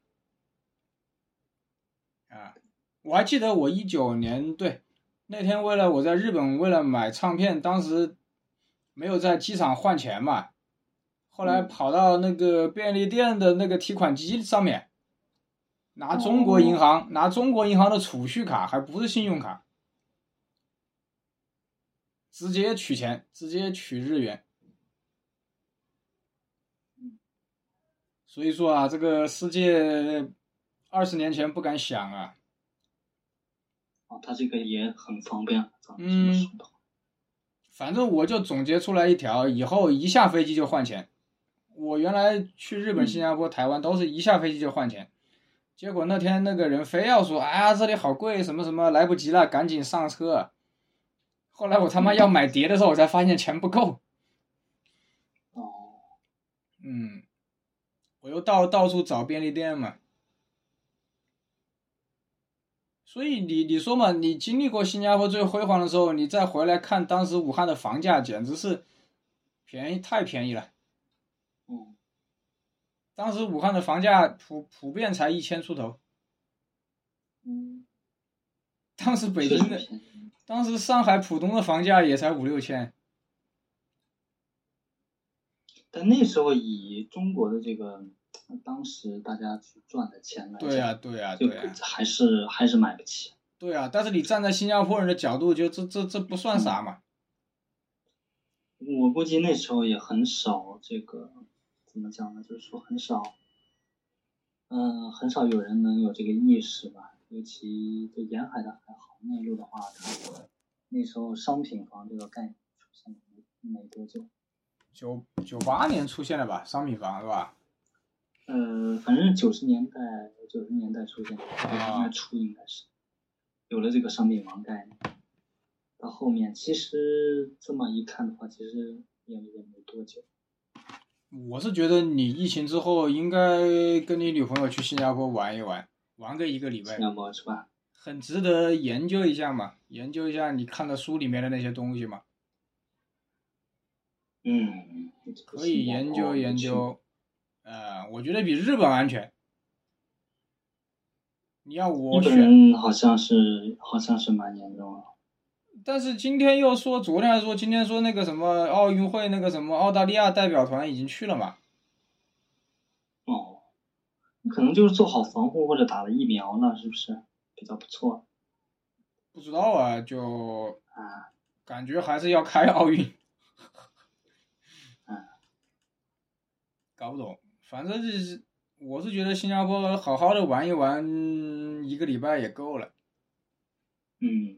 啊，我还记得我一九年对那天为了我在日本为了买唱片，当时没有在机场换钱嘛，后来
嗯
跑到那个便利店的那个提款机上面，拿中国银行、拿中国银行的储蓄卡，还不是信用卡，直接取钱，直接取日元。所以说啊，这个世界二十年前不敢想啊，
哦，他这个也很方便了，咱们
嗯
这么说的话，
反正我就总结出来一条，以后一下飞机就换钱。我原来去日本、
嗯
新加坡、台湾都是一下飞机就换钱，结果那天那个人非要说，哎呀，这里好贵，什么什么，来不及了，赶紧上车。后来我他妈要买碟的时候，我才发现钱不够。
哦，
嗯，我又到到处找便利店嘛。所以你你说嘛，你经历过新加坡最辉煌的时候，你再回来看当时武汉的房价，简直是便宜太便宜了。
嗯，
当时武汉的房价普普遍才一千出头，
嗯，
当时北
确
京
实
的
便宜
当时上海浦东的房价也才五六千，
但那时候以中国的这个呃当时大家去赚的钱来
对呀、对呀、
就
对呀、啊
还是还是买不起。啊
对呀、但是你站在新加坡人的角度，就这这这不算啥嘛，
我估计那时候也很少这个怎么讲呢？就是说很少，嗯、很少有人能有这个意识吧。尤其对沿海的还好，内陆的话，它那时候商品房这个概念出现没没多久。
九九八年出现的吧，商品房是吧？
呃，反正九十年代九十年代出现，九十
啊
年代初应该是有了这个商品房概念。到后面其实这么一看的话，其实也也没多久。
我是觉得你疫情之后应该跟你女朋友去新加坡玩一玩，玩个一个礼拜
新，加坡是吧？
很值得研究一下嘛，研究一下你看的书里面的那些东西嘛，
嗯，
可以研究研。究。呃，我觉得比日本安全。你要我
日本
选，
人好像是好像是蛮严重的，
但是今天又说，昨天还说，今天说那个什么奥运会那个什么澳大利亚代表团已经去了嘛？
哦，可能就是做好防护或者打了疫苗了，是不是比较不错
不知道啊，就
啊？
感觉还是要开奥运。
嗯，
搞不懂，反正就是，我是觉得新加坡好好的玩一玩，一个礼拜也够了
嗯，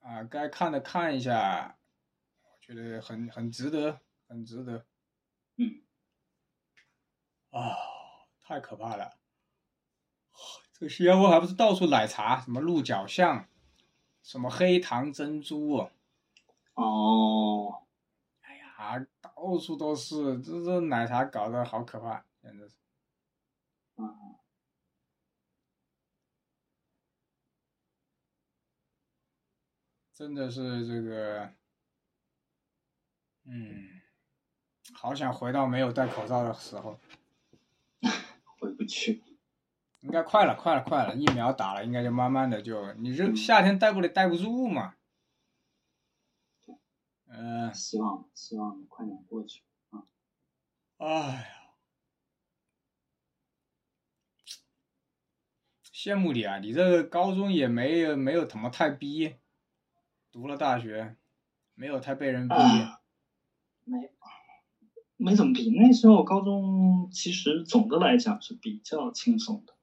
啊，该看的看一下，我觉得很很值得，很值得。
嗯，
啊，太可怕了！这个新加坡还不是到处奶茶，什么鹿角巷，什么黑糖珍珠哦。
哦，
哎呀，到处都是，这这奶茶搞得好可怕，简直是。
嗯，
真的是这个，嗯，好想回到没有戴口罩的时候。
回不去。
应该快了，快了，快了！疫苗打了，应该就慢慢的就你这夏天带过来待不住嘛。嗯、
希望希望快点过去。
哎呀，羡慕你啊！你这个高中也没有没有怎么太逼，读了大学，没有太被人逼。
啊没没怎么比，那时候高中其实总的来讲是比较轻松的，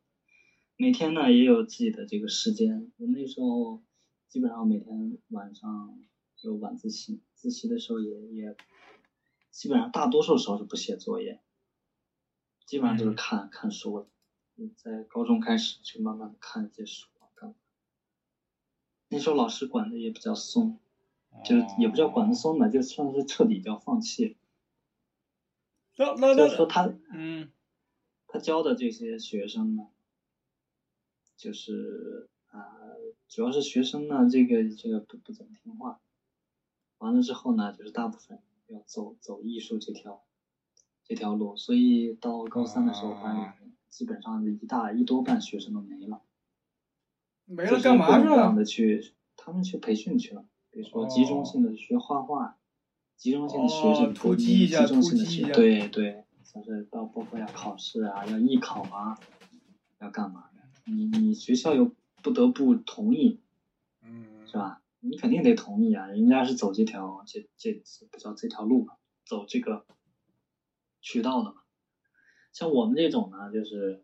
每天呢也有自己的这个时间。我那时候基本上每天晚上有晚自习，自习的时候也也基本上大多数时候是不写作业，基本上就是
嗯
看、看书了。在高中开始就慢慢的看一些书啊，干嘛？那时候老师管的也比较松，就是也不叫管得
哦。
松吧，就算是彻底叫放弃。
那那
就是说
那，
他
嗯，
他教的这些学生呢，就是啊、呃主要是学生呢，这个这个不不怎么听话。完了之后呢，就是大部分要走走艺术这条这条路，所以到高三的时候，
啊
班里面基本上一大一多半学生都没了，
没
没
了干嘛去
各样
了？
的去，他们去培训去了，比如说集中性的学画画，集中性的学
哦
这个
突
国
击一
际，集
下
中性的
突击一
学，
下
对对，就是到包括要考试啊，要艺考啊，要干嘛的？你你学校又不得不同意
嗯
是吧？你肯定得同意啊，人家是走这条这这不叫这条路嘛，走这个渠道的嘛。像我们这种呢，就是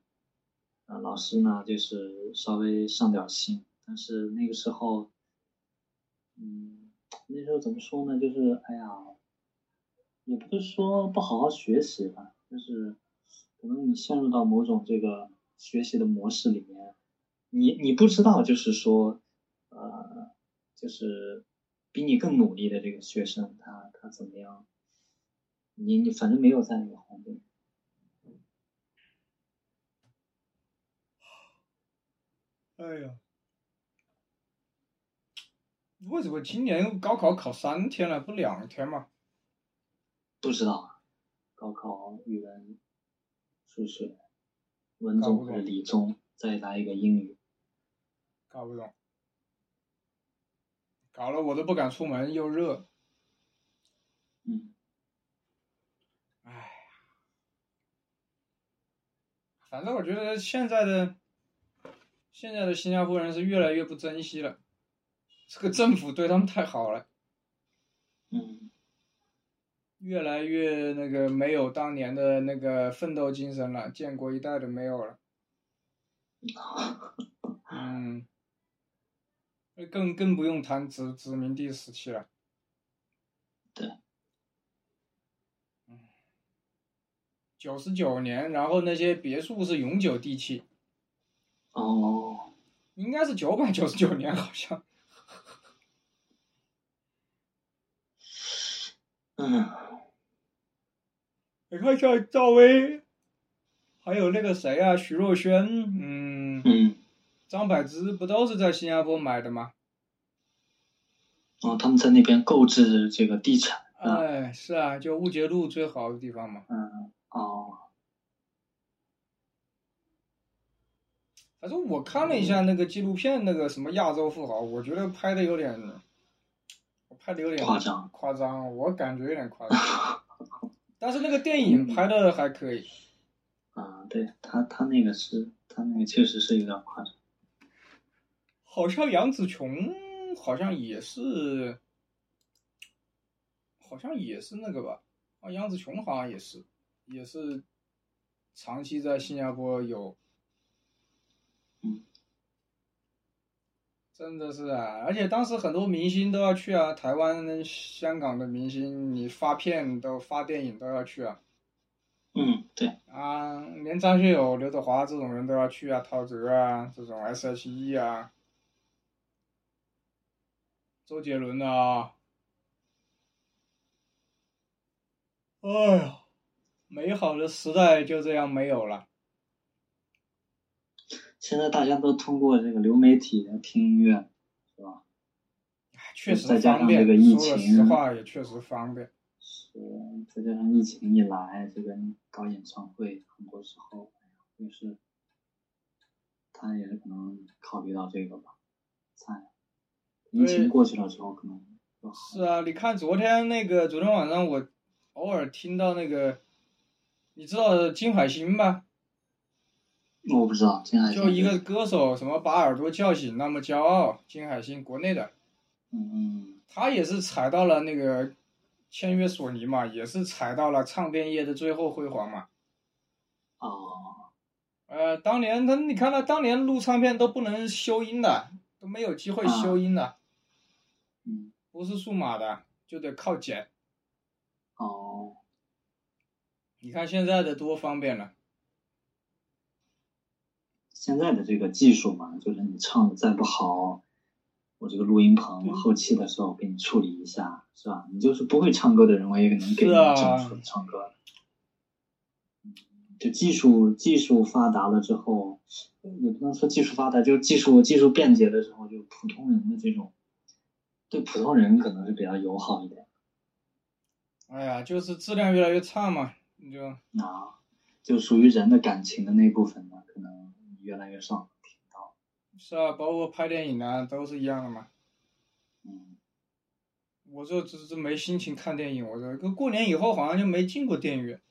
呃老师呢就是稍微上点心，但是那个时候，嗯，那时候怎么说呢？就是哎呀，也不是说不好好学习吧，就是可能你陷入到某种这个学习的模式里面，你你不知道，就是说，呃，就是比你更努力的这个学生，他他怎么样？你你反正没有在那个环境。
哎呀，为什么今年高考考三天了，不两天吗？
不知道啊，高考语文、数学、文综或者理综，再来一个英语，
搞不懂，搞了我都不敢出门，又热，
嗯，
唉，反正我觉得现在的现在的新加坡人是越来越不珍惜了，这个政府对他们太好了，
嗯，
越来越那个没有当年的那个奋斗精神了，建国一代的没有了。嗯，更更不用谈殖殖民地时期了。
对。
嗯九十九年，然后那些别墅是永久地契，
哦，
应该是九百九十九年，好像。
嗯，
你看像赵薇，还有那个谁啊，徐若瑄，嗯，
嗯，
张柏芝不都是在新加坡买的吗？
哦，他们在那边购置这个地产，嗯
哎，是啊，就乌节路最好的地方嘛。
嗯，哦，
反正我看了一
嗯
下那个纪录片，那个什么亚洲富豪，我觉得拍的有点，拍的有点
夸张，
夸张，我感觉有点夸张。 但是那个电
嗯
影拍的还可以，
啊，对他他那个是，他那个确实是有点夸张，
好像杨紫琼好像也是，好像也是那个吧？啊，杨紫琼好像也是，也是长期在新加坡有
嗯，
真的是啊，而且当时很多明星都要去啊，台湾、香港的明星，你发片都发电影都要去啊，
嗯，对，
啊，连张学友、刘德华这种人都要去啊，陶喆啊，这种 S.H.E 啊，周杰伦啊，哎呀，美好的时代就这样没有了。
现在大家都通过这个流媒体来听音乐，是吧？
哎确实
再加
方
上
便，
这个疫
说了
情
实话也确实方便。
是，再加上疫情一来，这个搞演唱会，很多时候也是，他也是可能考虑到这个吧。在疫
对
情过去了之后，可能就好
是啊，你看昨天那个，昨天晚上我偶尔听到那个，你知道金海心吧？
我不知道，现在
就一个，歌手，什么把耳朵叫醒，那么骄傲。金海心，国内的，
嗯
他也是踩到了那个签约索尼嘛，也是踩到了唱片业的最后辉煌嘛。
嗯，哦，
呃，当年他，你看他当年录唱片都不能修音的，都没有机会修音的，
嗯，
不是数码的，就得靠剪。
哦，
你看现在的多方便了。
现在的这个技术嘛，就是你唱的再不好，我这个录音棚
对
后期的时候给你处理一下，是吧？你就是不会唱歌的人，我也能给你
是啊
整出唱歌来。就技术技术发达了之后，也不能说技术发达，就是技术技术便捷的时候，就普通人的这种，对普通人可能是比较友好一点
哎呀，就是质量越来越差嘛，你就
啊，就属于人的感情的那部分呢，可能越来越少听到，
是啊，包括拍电影啊，都是一样的嘛。
嗯
我这这这没心情看电影，我这跟过年以后好像就没进过电影院。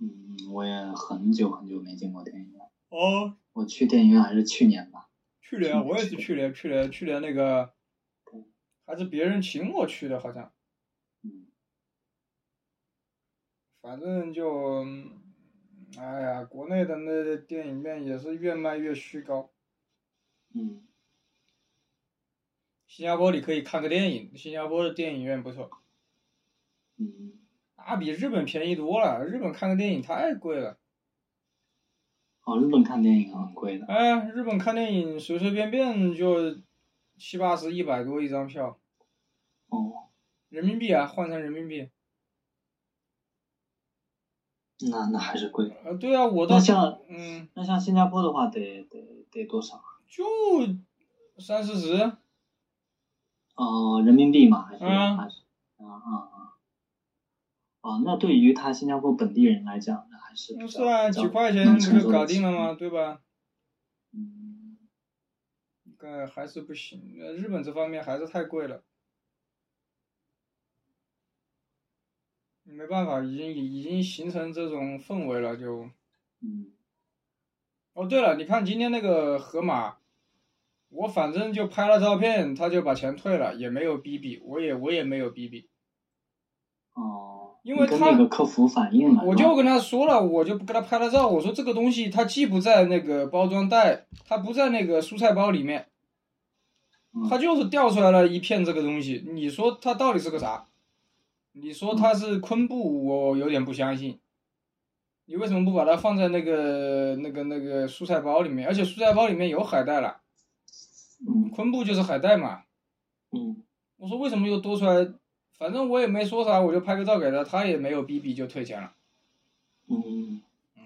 嗯，我也很久很久没进过电影院。
哦，
我去电影院还是去年吧，
去年啊我也是去年，去年去年那个还是别人请我去的，好像，
嗯，
反正就，嗯哎呀，国内的那电影院也是越卖越虚高。
嗯，
新加坡你可以看个电影，新加坡的电影院不错，
嗯，
那比日本便宜多了。日本看个电影太贵了。
哦，日本看电影很贵的，
哎，日本看电影随随便便就七八十、一百多一张票，
哦，
人民币啊，换成人民币。
那那还是贵。
呃，对啊，我
那
到
像
嗯，
那像新加坡的话，得得得多少？
就三四十，
哦、人民币嘛，还是、
嗯
还是啊啊啊！哦，那对于他新加坡本地人来讲，那还是比较
是啊，
比较
几块钱
能
不
承
就
受
搞
得起
定了吗？？对吧？
嗯，
呃，还是不行，呃日本这方面还是太贵了。没办法，已经已经形成这种氛围了，就。
嗯
哦，对了，你看今天那个河马，我反正就拍了照片，他就把钱退了，也没有逼逼，我也我也没有逼逼，
哦，
因为
你跟
他
那个客服反映了，
我
是吧
就跟他说了，我就跟他拍了照，我说这个东西它既不在那个包装袋，它不在那个蔬菜包里面，
嗯
它就是掉出来了一片这个东西，你说它到底是个啥？你说它是昆布，我有点不相信。你为什么不把它放在那个那个那个蔬菜包里面？而且蔬菜包里面有海带了，
嗯
昆布就是海带嘛。
嗯
我说为什么又多出来？反正我也没说啥，我就拍个照给他，他也没有逼逼就退钱了。
嗯嗯，
嗯，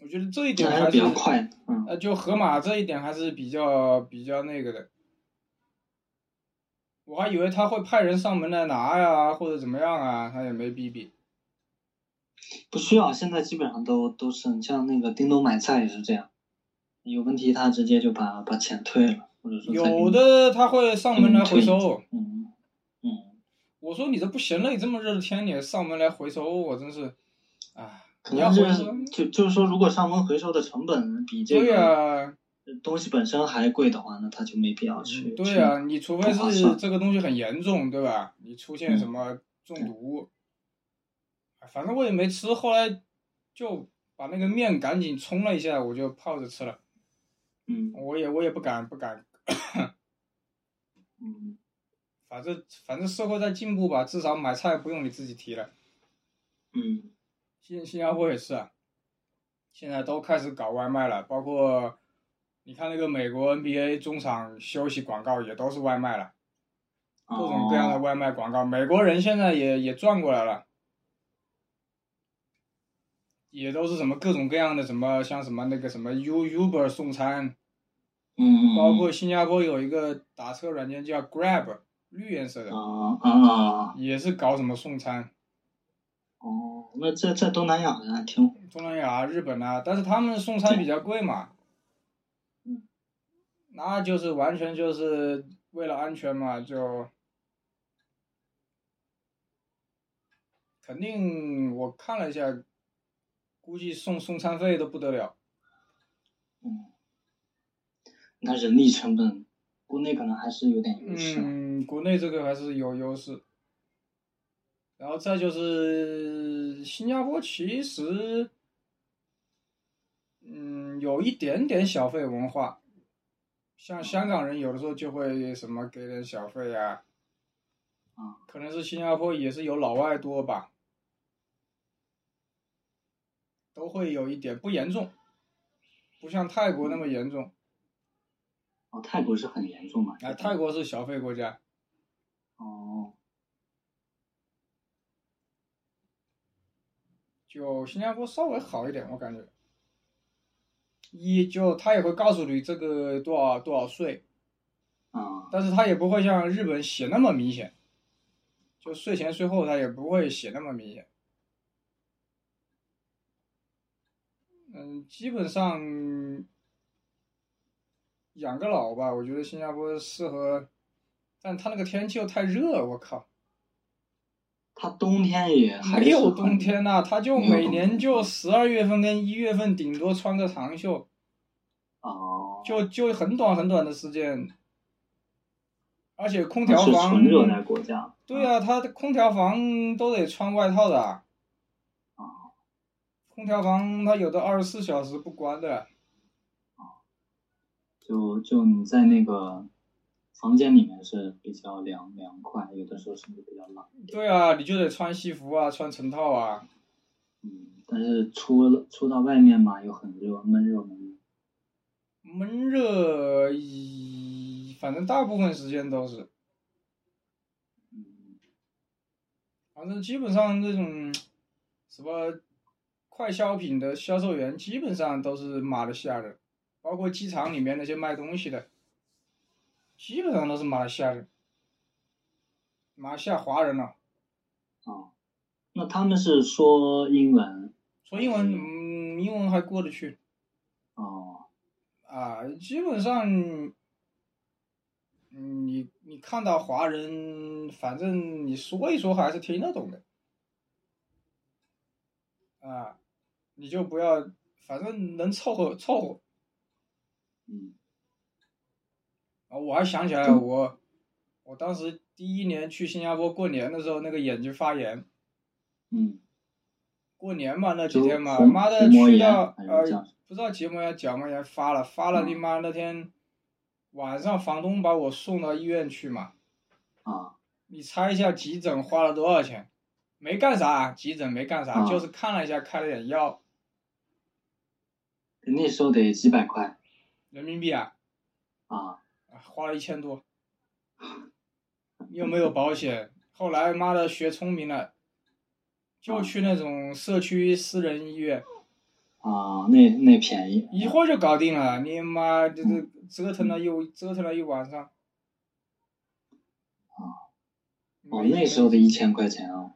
我觉得这一
这
点
还是
还
比
是
较快的，嗯
呃，就河马这一点还是比较比较那个的。我还以为他会派人上门来拿呀，或者怎么样啊，他也没逼逼。
不需要，现在基本上都都是，你像那个叮咚买菜也是这样，有问题他直接就把把钱退了，或者说再给你
有，的他会上门来回收。
嗯嗯，
我说你这不行了，你这么热的天你上门来回收，我真是，啊，
可
你要
能
回
是
收，
就就是说，如果上门回收的成本比这
对呀、
个东西本身还贵的话，那他就没必要去。
嗯对
去
呀、你除非
不划
是
算
这个东西很严重，对吧？你出现
嗯
什么中毒，哎反正我也没吃，后来就把那个面赶紧冲了一下，我就泡着吃了。
嗯
我也我也不敢不敢，
嗯，
反正反正社会在进步吧，至少买菜不用你自己提了。
嗯
新新加坡也是啊，现在都开始搞外卖了，包括你看那个美国 NBA 中场休息广告也都是外卖了。各种各样的
哦
外卖广告，美国人现在也也转过来了，也都是什么各种各样的什么像什么那个什么 U Uber 送餐，
嗯，
包括新加坡有一个打车软件叫 Grab，绿颜色的，
啊啊
也是搞什么送餐，
哦，那在在东南亚好像还挺
东南亚、日本啊，但是他们送餐比较贵嘛
嗯，
那就是完全就是为了安全嘛，就肯定我看了一下，估计送送餐费都不得了。
嗯，那人力成本，国内可能还是有点优势。
嗯，国内这个还是有优势。然后再就是新加坡，其实，嗯，有一点点小费文化，像香港人有的时候就会什么给点小费啊，
嗯
可能是新加坡也是有老外多吧，都会有一点不严重，不像泰国那么严重。
哦，泰国是很严重嘛？
啊，泰国是小费国家，
哦，
就新加坡稍微好一点，我感觉。一就他也会告诉你这个多少多少税，
啊
但是他也不会像日本写那么明显，就税前税后他也不会写那么明显。嗯，基本上养个老吧，我觉得新加坡适合，但他那个天气又太热，我靠。
它冬天也还
没
是
有
很
冬天呐、他就
没有
每
冬
年
天
就十二月份跟一月份，顶多穿个长袖，
哦，
就就很短很短的时间。而且空
它
调
是
房
纯，热带国家。
对啊，他的空调房都得穿外套的啊。
哦
空调房它有的二十四小时不关的，
就就你在那个房间里面是比较凉凉快，有的时候甚至比较冷。
对啊，你就得穿西服啊，穿成套啊。
嗯，但是出了出到外面嘛，又很热，闷热闷热。
闷热，一反正大部分时间都是。反正基本上这种什么快消品的销售员，基本上都是马来西亚人，包括机场里面那些卖东西的，基本上都是马来西亚人，马来西亚华人了、
啊。那他们是说英文
说英文，嗯，英文还过得去
哦，
啊。基本上，嗯，你你看到华人，反正你说一说还是听得懂的，啊，你就不要，反正能凑合凑合。
嗯
啊，我还想起来我，我当时第一年去新加坡过年的时候，那个眼睛发炎，
嗯，
过年嘛，那
就
几天嘛，
虹
妈的
虹膜
去
炎
到
还是
呃
叫什么，
不知道结膜炎、角膜炎发了，发了你
嗯
妈那天晚上，房东把我送到医院去嘛，
啊
你猜一下急诊花了多少钱？没干啥，急诊没干啥，
啊
就是看了一下，开了点药，
那时候得几百块
人民币啊，
啊，
啊花了一千多，又没有保险，后来妈的学聪明了，就去那种社区私人医院。
啊，那那便宜，
一会儿就搞定了，你妈这这折腾了又折腾了一晚上。
啊，
没
哦，
钱
那时候的一千块钱啊，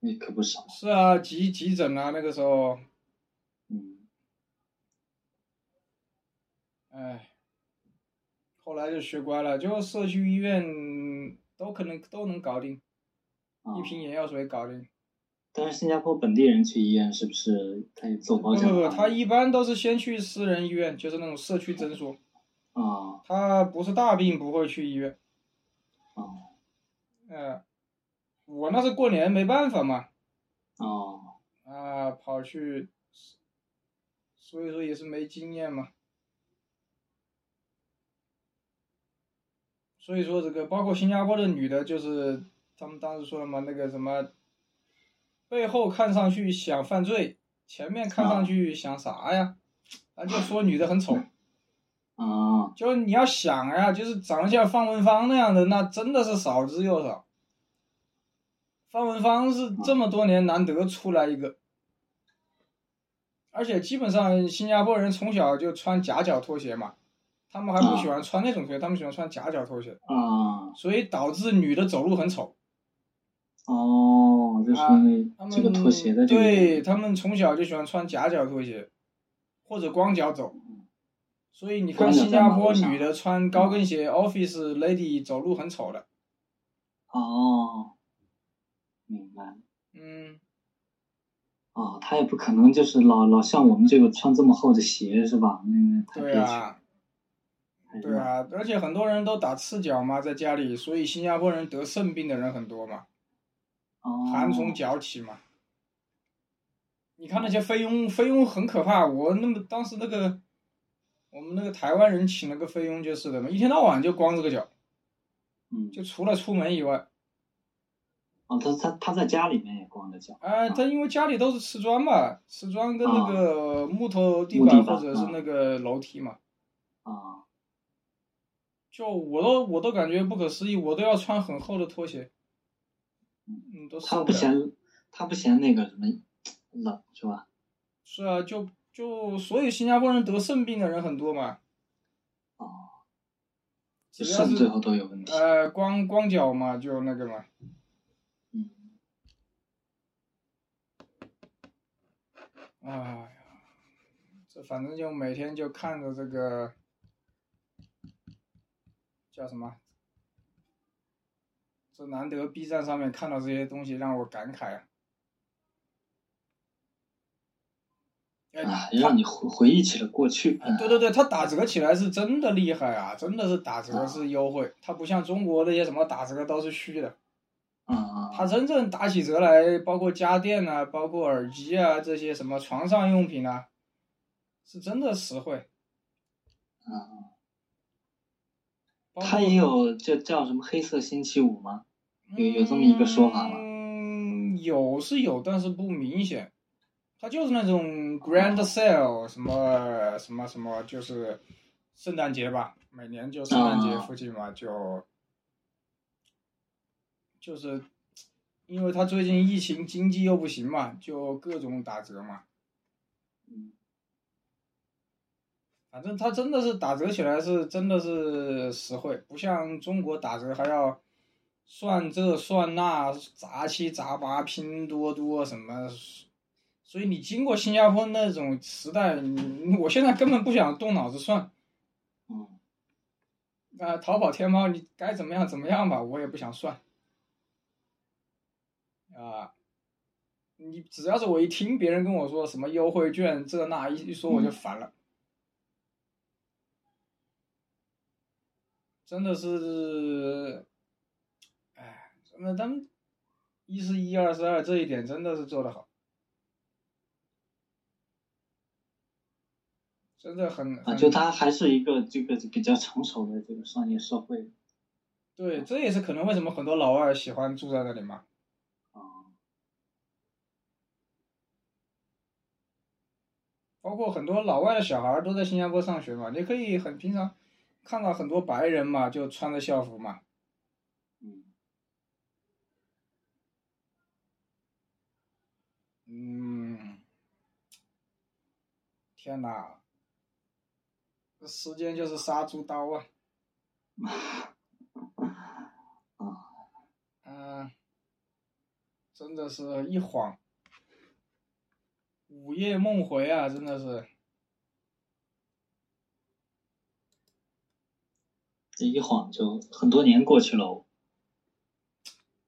那可不少。
是啊，急急诊啊，那个时候，
嗯
哎，后来就学乖了，就社区医院都可能都能搞定，
啊
一，瓶眼药水搞定。
但是新加坡本地人去医院是不是他也走
不
保
不
险
不，
法
他一般都是先去私人医院，就是那种社区诊所，
啊
他不是大病不会去医院。
啊
呃，我那是过年没办法嘛，
哦
啊，跑去，所以说也是没经验嘛。所以说这个包括新加坡的女的，就是他们当时说了嘛，那个什么，背后看上去想犯罪，前面看上去想啥呀？ 咱就说女的很丑，
啊
就是你要想呀，就是长得像方文芳那样的，那真的是少之又少。方文芳是这么多年难得出来一个，而且基本上新加坡人从小就穿夹脚拖鞋嘛，他们还不喜欢穿那种拖鞋，他们喜欢穿夹脚拖鞋，
啊
所以导致女的走路很丑。
哦，就是因
他
为
们
这个拖鞋的这个
对他们从小就喜欢穿夹脚拖鞋，或者光脚走。所以你看
光脚
新加坡
在马路上嗯
女的穿高跟鞋，office lady 走路很丑的。
哦，明白。
嗯，
哦，他也不可能就是老老像我们这个穿这么厚的鞋是吧？那太
对
憋屈
啊
了，，太
对啊，而且很多人都打赤脚嘛，在家里，所以新加坡人得肾病的人很多嘛，
哦，
寒从脚起嘛。你看那些菲佣，菲佣很可怕。我那么当时那个，我们那个台湾人请了个菲佣就是的嘛，一天到晚就光着个脚，
嗯，
就除了出门以外，
哦，他他他在家里面也光着脚，
哎，他因为家里都是瓷砖嘛，瓷砖跟那个木头地板
啊木地板
或者是那个楼梯嘛，
啊，
就我都我都感觉不可思议，我都要穿很厚的拖鞋，嗯，都
他
受
不
不了。
嫌他不嫌那个什么冷是吧？
是啊，就就所以新加坡人得肾病的人很多嘛，
哦，
只
就
要
肾最
是
后都有问题，
呃光光脚嘛，就那个嘛，
嗯，
哎呀，这反正就每天就看着这个叫什么，这难得 B 站上面看到这些东西，让我感慨啊。哎，
啊，
他
让你回回忆起了过去，嗯
对对对，它打折起来是真的厉害啊，真的是打
嗯
折是优惠，它不像中国那些什么打折都是虚
嗯
的，
啊
它真正打起折来，包括家电啊，包括耳机啊这些什么床上用品啊，是真的实惠。
啊，
包括
他也有这叫什么黑色星期五吗？有有这么一个说法吗
嗯，有是有，但是不明显。它就是那种 grand sale，什么什么什么，就是圣诞节吧，每年就圣诞节
啊
附近嘛，就就是因为他最近疫情经济又不行嘛，就各种打折嘛。
嗯，
反正它真的是打折起来是真的是实惠，不像中国打折还要算这算那杂七杂八拼多多什么，所以你经过新加坡那种时代，你我现在根本不想动脑子算。
嗯，
啊、淘宝、天猫，你该怎么样怎么样吧，我也不想算。啊、你只要是我一听别人跟我说什么优惠券这那一一说我
嗯
就烦了，真的是，哎，真的他们一是一二是二这一点真的是做得好，真的很
啊，
很
就它还是一个这个比较成熟的这个商业社会
对，这也是可能为什么很多老外喜欢住在那里嘛。
啊，
包括很多老外的小孩儿都在新加坡上学嘛，你可以很平常看到很多白人嘛，就穿着校服嘛，
嗯
嗯，天哪，这时间就是杀猪刀啊，
啊，
嗯、真的是一晃，午夜梦回啊，真的是，
这一晃就很多年过去了哦，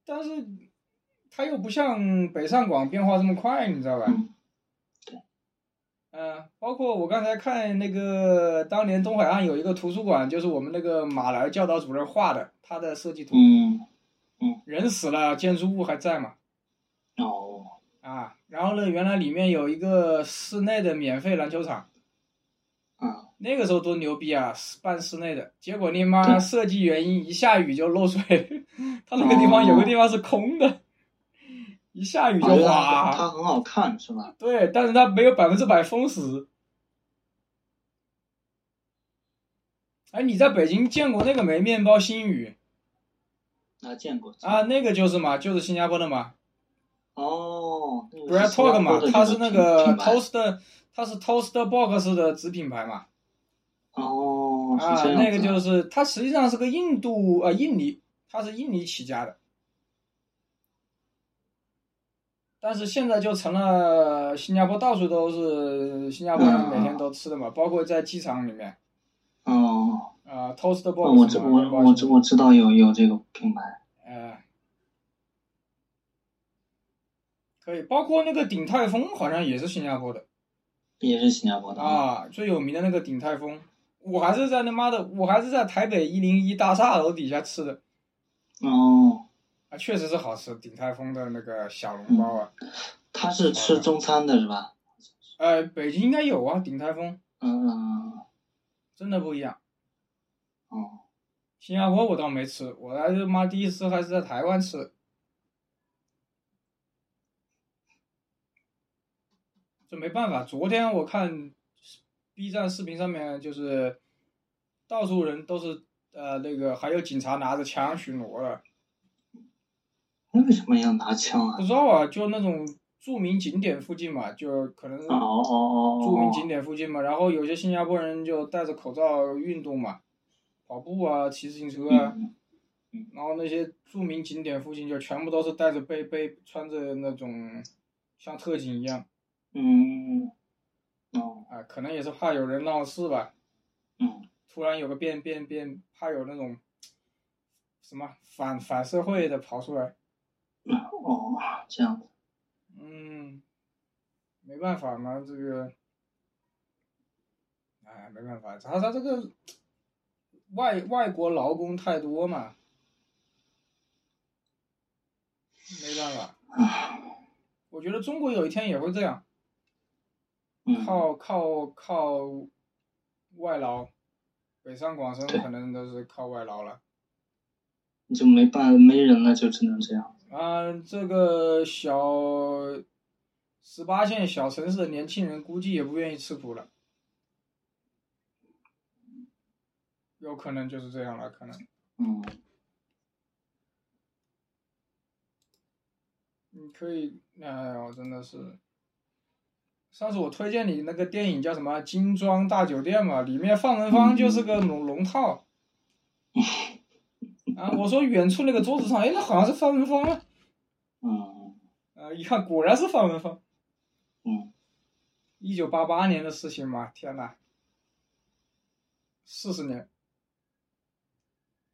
但是它又不像北上广变化这么快，你知道吧？
嗯
嗯，包括我刚才看那个，当年东海岸有一个图书馆，就是我们那个马来教导主任画的，他的设计图。
嗯，
人死了，建筑物还在嘛？
哦，
啊，然后呢，原来里面有一个室内的免费篮球场，
啊，
那个时候多牛逼啊，办室内的。结果你妈设计原因，一下雨就漏水， 他那个地
哦
方有个地方是空的，一下雨就
啊就它
哗。
它很好看是吧？
对，但是它没有百分之百封死。哎，你在北京见过那个没面包新宇
啊，见过
啊？那个就是嘛，就是新加坡的嘛
哦那个
，Bread
是新加
Talk 嘛
坡的，
它是那个
品牌
Toast，它是 Toast Box 的子品牌嘛
哦，是
啊
这，样
那个
子啊
就是它实际上是个印度呃印尼，它是印尼起家的，但是现在就成了新加坡到处都是新加坡人每天都吃的嘛，包括在机场里面。
哦。
啊，Toast
哦我
Box
知
嘛，
我
面包
我
机
知我知道有有这个品牌，
呃，可以，包括那个鼎泰丰好像也是新加坡的
也是新加坡的，
啊，最有名的那个鼎泰丰，我还是在他妈的，我还是在台北一零一大厦楼底下吃的
哦，
啊，确实是好吃，鼎泰丰的那个小笼包
嗯
啊，
他是吃中餐的是吧？
呃，北京应该有啊，鼎泰丰
嗯嗯
真的不一样，
嗯，哦，
新加坡我倒没吃，我还是妈第一次还是在台湾吃，这没办法。昨天我看 B 站视频上面，就是到处人都是呃那个，还有警察拿着枪巡逻了，
那为什么要拿枪啊
不？知道啊，就那种著名景点附近嘛，就可能
哦哦哦，
著名景
点，
点附近嘛，然后有些新加坡人就戴着口罩运动嘛，跑步啊，骑自行车啊。
嗯
然后那些著名景点附近就全部都是带着背背，穿着那种像特警一样
嗯嗯，哦
啊，可能也是怕有人闹事吧。
嗯
突然有个变变变，怕有那种什么反反社会的跑出来，
哦，这样子，
嗯，没办法嘛，这个，哎，没办法，他他这个外外国劳工太多嘛，没办法，我觉得中国有一天也会这样。
嗯，
靠靠靠外劳，北上广深
对
可能都是靠外劳了。
你就没办没人了，就只能这样，
啊，这个小十八线小城市的年轻人估计也不愿意吃苦了，有可能就是这样了，可能。
嗯
你可以，哎呦，真的是。上次我推荐你那个电影叫什么《精装大酒店》嘛，里面范文芳就是个龙龙套。啊，我说远处那个桌子上，哎，那好像是范文芳啊。
嗯
呃，一看果然是范文芳。
嗯，
一九八八年的事情嘛，天呐，四十年，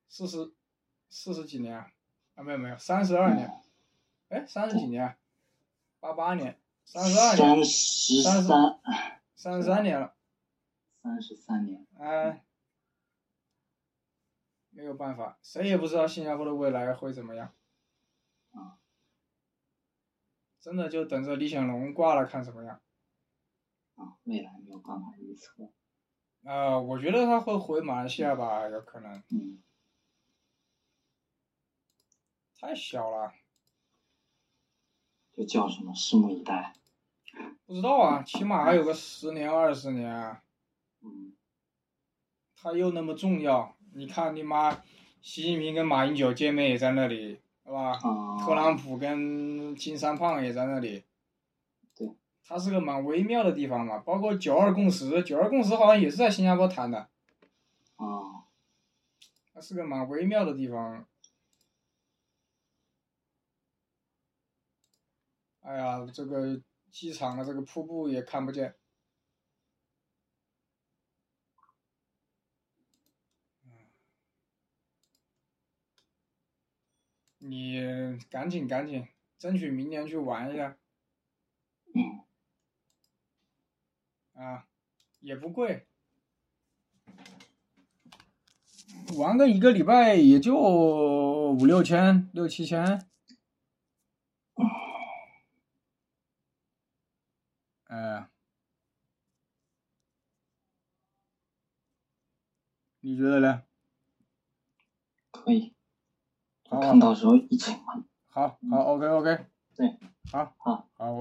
四十，四十几年啊？啊没有没有，三十二年，哎，三十几年啊，八八年，三十二年，
三十
三十
三
三十三年了，
三十三年，
哎，没有办法，谁也不知道新加坡的未来会怎么样
啊，
真的就等着李显龙挂了看怎么样。
啊，未来没有办法预测。
啊、我觉得他会回马来西亚吧，有可能
嗯，
太小了，
就叫什么拭目以待。
不知道啊，起码还有个十年二十年啊。
嗯，
他又那么重要，你看你妈，习近平跟马英九见面也在那里，是吧？
啊，
特朗普跟金三胖也在那里。
对，
它是个蛮微妙的地方嘛，包括九二共识，九二共识好像也是在新加坡谈的，
啊，
它是个蛮微妙的地方。哎呀，这个机场的这个瀑布也看不见。嗯你赶紧赶紧，争取明年去玩一下
嗯，
啊，也不贵，玩个一个礼拜也就五六千、六七千。呃，你觉得呢？
可以。
好啊
看到时候一起玩。
好好，OK OK，
对，
好，
好，
好，我。